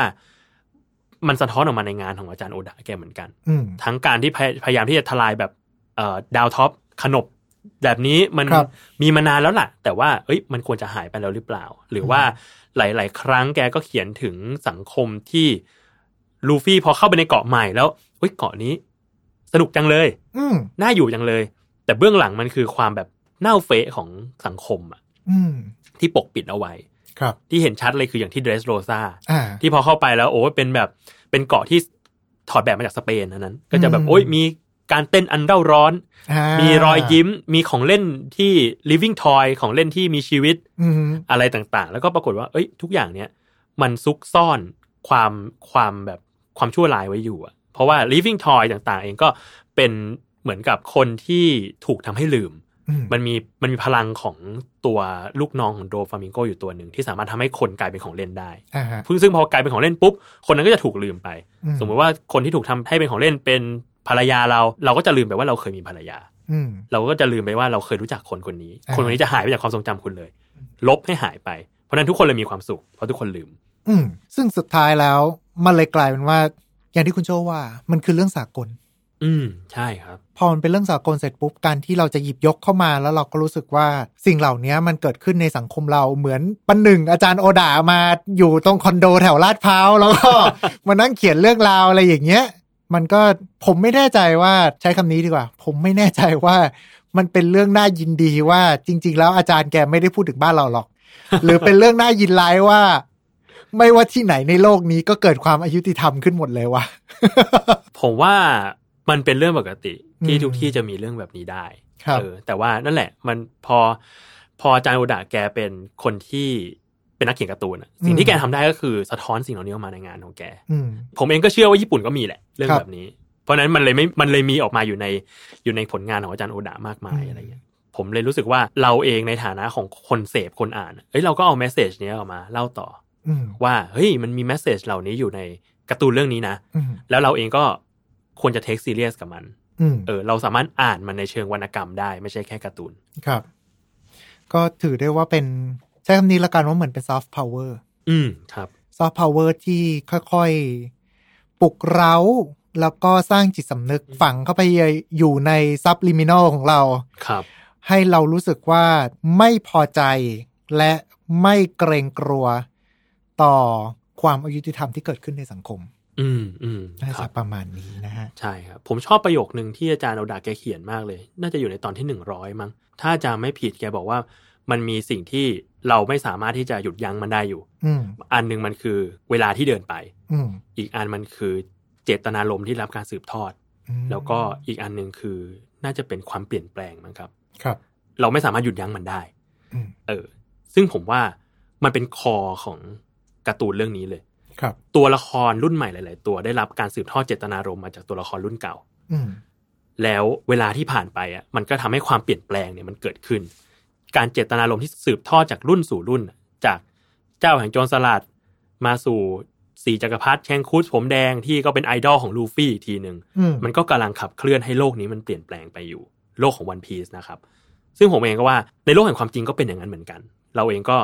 Speaker 3: มันสะท้อนออกมาในงานของอาจารย์โอดะแกเหมือนกัน
Speaker 2: อืม
Speaker 3: ทั้งการที่พยพยายามที่จะทลายแบบเอ่อดาวท็อปขนบ แบบนี้มัน
Speaker 2: ครับ
Speaker 3: มีมานานแล้วล่ะ แต่ว่าเอ้ย มันควรจะหายไปแล้วหรือเปล่า หรือว่าหลาย ๆ ครั้งแกก็เขียนถึงสังคมที่ ลูฟี่พอเข้าไปในเกาะใหม่แล้วเฮ้ยเกาะนี้ สนุกจังเลย
Speaker 2: อืม
Speaker 3: น่าอยู่จังเลย แต่เบื้องหลังมันคือความแบบเน่าเฟะของสังคมอะ
Speaker 2: อืม
Speaker 3: ที่ปกปิดเอาไว้
Speaker 2: ครับ
Speaker 3: ที่เห็นชัดเลยคืออย่างที่เดรสโรซา
Speaker 2: อ่า
Speaker 3: ที่พอเข้าไปแล้วโอ้ยเป็นแบบเป็นเกาะที่ถอดแบบมาจากสเปนอันนั้น ก็จะแบบ
Speaker 2: อืม
Speaker 3: โอ้ยมีการเต้นอันเร่าร้อน
Speaker 2: อ่า
Speaker 3: มีรอยยิ้มมีของเล่นที่ living toy ของเล่นที่มีชีวิต
Speaker 2: อืม
Speaker 3: อะไรต่างๆ แล้วก็ปรากฏว่าเอ้ยทุกอย่างเนี้ยมันซุกซ่อนความความแบบความชั่วร้ายไว้อยู่อะเพราะว่า living toy ต่างๆ เองก็เป็นเหมือนกับคนที่ถูกทำให้ลืม
Speaker 2: อืม
Speaker 3: มันมีมันมีพลังของตัวลูกน้องของโดฟามิงโกอยู่ตัวหนึ่งที่สามารถทำให้คนกลายเป็นของเล่นได้
Speaker 2: อ่าฮะ
Speaker 3: ซึ่งพอกลายเป็นของเล่นปุ๊บ คนนั้นก็จะถูกลืมไป
Speaker 2: อืม
Speaker 3: สมมติว่าคนที่ถูกทำให้เป็นของเล่นเป็นภรรยาเรา เราก็จะลืมไปว่าเราเคยมีภรรยา
Speaker 2: อืม
Speaker 3: เราก็จะลืมไปว่าเราเคยรู้จักคนคนนี้
Speaker 2: อ่า
Speaker 3: คนคนนี้จะหายไปจากความทรงจำคุณเลย ลบให้หายไป เพราะฉะนั้นทุกคนเลยมีความสุข เพราะทุกคนลืม
Speaker 2: อืมซึ่งสุดท้ายแล้ว มันเลยกลายเป็นว่า อย่างที่คุณโจว่า มันคือเรื่องสากล
Speaker 3: อืม ใช่ครับ
Speaker 2: พอมันเป็นเรื่องสากลเสร็จปุ๊บการที่เราจะหยิบยกเข้ามาแล้วเราก็รู้สึกว่าสิ่งเหล่านี้มันเกิดขึ้นในสังคมเราเหมือนปันหนึ่งอาจารย์โอดามาอยู่ตรงคอนโดแถวลาดพร้าวแล้วก็ มานั่งเขียนเรื่องราวอะไรอย่างเงี้ย มันก็ผมไม่แน่ใจว่าใช้คำนี้ดีกว่า ผมไม่แน่ใจว่า มันเป็นเรื่องน่ายินดีว่าจริง ๆ แล้วอาจารย์แกไม่ได้พูดถึงบ้านเราหรอก หรือเป็นเรื่องน่ายินร้ายว่า ไม่ว่าที่ไหนในโลกนี้ก็เกิดความอายุติธรรมขึ้นหมดเลยว่ะ
Speaker 3: ผมว่ามันเป็นเรื่องปกติที่
Speaker 2: อืม
Speaker 3: ทุกที่จะมีเรื่องแบบนี้ได้
Speaker 2: ครับ
Speaker 3: เออแต่ว่านั่นแหละมันพอพออาจารย์โอดาแกเป็นคนที่เป็นนักเขียนการ์ตูนอะ
Speaker 2: อืม
Speaker 3: สิ่งที่แกทำได้ก็คือสะท้อนสิ่งเหล่านี้ออกมาในงานของแก
Speaker 2: อืม
Speaker 3: ผมเองก็เชื่อว่าญี่ปุ่นก็มีแหละ เรื่อง
Speaker 2: ครับ
Speaker 3: แบบนี้ เพราะฉะนั้นมันเลยไม่มันเลยมีออกมาอยู่ในอยู่ในผลงานของอาจารย์โอดามากมาย
Speaker 2: อืม
Speaker 3: อะไรเงี้ยผมเลยรู้สึกว่าเราเองในฐานะของคนเสพคนอ่านอะเอ้ยเราก็เอาเมสเซจเนี้ยออกมาเล่าต่อ
Speaker 2: อืม
Speaker 3: ว่าเฮ้ยมันมีเมสเซจเหล่านี้อยู่ในการ์ตูนเรื่องนี้นะ
Speaker 2: อืม
Speaker 3: แล้วเราเองก็ควรจะเทคซีเรียสกับมัน
Speaker 2: อืม
Speaker 3: เออเราสามารถอ่านมันในเชิงวรรณกรรมได้ไม่ใช่แค่การ์ตูน
Speaker 2: ครับ ก็ถือได้ว่าเป็น ใช้คำนี้ละกันว่าเหมือนเป็นซอฟต์พาวเวอร์
Speaker 3: อืมครับ
Speaker 2: ซอฟต์พาวเวอร์ที่ค่อยๆปลุกเร้า แล้วก็สร้างจิตสำนึกฝังเข้าไปอยู่ในซับลิมินอลของเรา
Speaker 3: ครับ
Speaker 2: ให้เรารู้สึกว่าไม่พอใจและไม่เกรงกลัวต่อความอายุติธรรมที่เกิดขึ้นในสังคม
Speaker 3: อืมอืม
Speaker 2: น่า
Speaker 3: ค
Speaker 2: จะ
Speaker 3: รับ
Speaker 2: ประมาณนี้นะฮะ
Speaker 3: ใช่ครับ ผมชอบประโยคหนึ่งที่อาจารย์เอาดาแกเขียนมากเลย น่าจะอยู่ในตอนที่หนึ่งร้อยมั้ง ถ้าอาจารย์ไม่ผิดแกบอกว่า มันมีสิ่งที่เราไม่สามารถที่จะหยุดยั้งมันได้อยู่
Speaker 2: อืม
Speaker 3: อันหนึ่งมันคือเวลาที่เดินไป
Speaker 2: อืม
Speaker 3: อีกอันมันคือเจตนารมณ์ที่รับการสืบทอด
Speaker 2: อืม
Speaker 3: แล้วก็อีกอันหนึ่งคือน่าจะเป็นความเปลี่ยนแปลงมั้งครับ
Speaker 2: ครับ
Speaker 3: เราไม่สามารถหยุดยั้งมันได้
Speaker 2: อืม
Speaker 3: เออ ซึ่งผมว่ามันเป็นคอของการ์ตูนเรื่องนี้เลย
Speaker 2: ครับ
Speaker 3: ตัวละครรุ่นใหม่หลาย ๆ ตัวได้รับการสืบทอดเจตนารมณ์มาจากตัวละครรุ่นเก่า
Speaker 2: อืม
Speaker 3: แล้วเวลาที่ผ่านไปอ่ะมันก็ทำให้ความเปลี่ยนแปลงเนี่ยมันเกิดขึ้น การเจตนารมณ์ที่สืบทอดจากรุ่นสู่รุ่น จากเจ้าแห่งโจรสลัดมาสู่สีจักรพรรดิแชงคูสผมแดงที่ก็เป็นไอดอลของลูฟี่อีกทีหนึ่ง
Speaker 2: อืม
Speaker 3: มันก็กำลังขับเคลื่อนให้โลกนี้มันเปลี่ยนแปลงไปอยู่ โลกของวันพีซนะครับ ซึ่งผมเองก็ว่าในโลกแห่งความจริงก็เป็นอย่างนั้นเหมือนกัน เราเองก็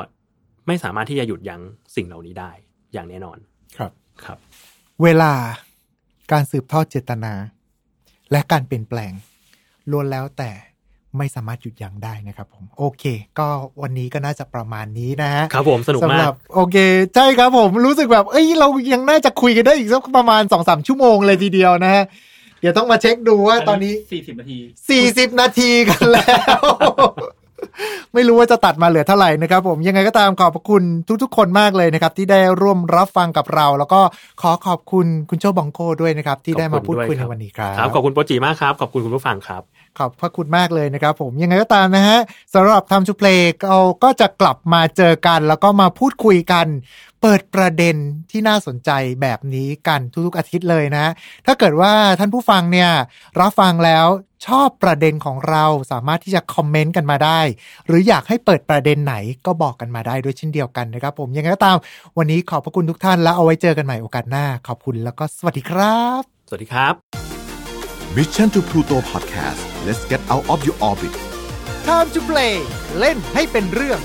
Speaker 3: ไม่สามารถที่จะหยุดยั้งสิ่งเหล่านี้ได้อย่างแน่นอน
Speaker 2: ครับ
Speaker 3: ครับ
Speaker 2: เวลาการสืบทอดเจตนา และการเปลี่ยนแปลงล้วนแล้วแต่ไม่สามารถหยุดยั้งได้นะครับผม โอเค ก็วันนี้ก็น่าจะประมาณนี้นะฮะ
Speaker 3: ครับผมสนุก
Speaker 2: สำ
Speaker 3: มา
Speaker 2: ห
Speaker 3: ก
Speaker 2: รับโอเค ใช่ครับผมรู้สึกแบบ เอ้ยเรายังน่าจะคุยกันได้อีกสักประมาณสองสามชั่วโมงเลยทีเดียวนะฮะเดี๋ยวต้องมาเช็คดูว่าตอนนี้
Speaker 4: สี่สิบนาที
Speaker 2: สี่สิบนาทีกันแล้ว [laughs] ไม่รู้ว่าจะตัดมาเหลือเท่าไหร่นะครับผมยังไงก็ตามขอบพระคุณทุกๆ คนมากเลยนะครับ ที่ได้ร่วมรับฟังกับเรา แล้วก็ขอขอบคุณคุณโจบองโกด้วยนะครับ ที่ได้มาพูดคุยในวันนี้ครับ
Speaker 3: ครับ ขอบคุณโปรจีมากครับ ขอบคุณคุณผู้ฟังครับ
Speaker 2: ขอบพระคุณมากเลยนะครับผมยังไงก็ตามนะฮะสำหรับทำชูเพลงเราก็จะกลับมาเจอกัน แล้วก็มาพูดคุยกัน เปิดประเด็นที่น่าสนใจแบบนี้กันทุกๆอาทิตย์เลยนะ ถ้าเกิดว่าท่านผู้ฟังเนี่ยรับฟังแล้วชอบประเด็นของเราสามารถที่จะคอมเมนต์กันมาได้ หรืออยากให้เปิดประเด็นไหนก็บอกกันมาได้ด้วยเช่นเดียวกันนะครับผมยังไงก็ตามวันนี้ขอบพระคุณทุกท่านแล้วเอาไว้เจอกันใหม่โอกาสหน้า ขอบคุณแล้วก็สวัสดีครับ
Speaker 3: สวัสดีครับ
Speaker 1: Mission to Pluto Podcast let's get out of your orbit
Speaker 2: Time to play เล่นให้เป็นเรื่อง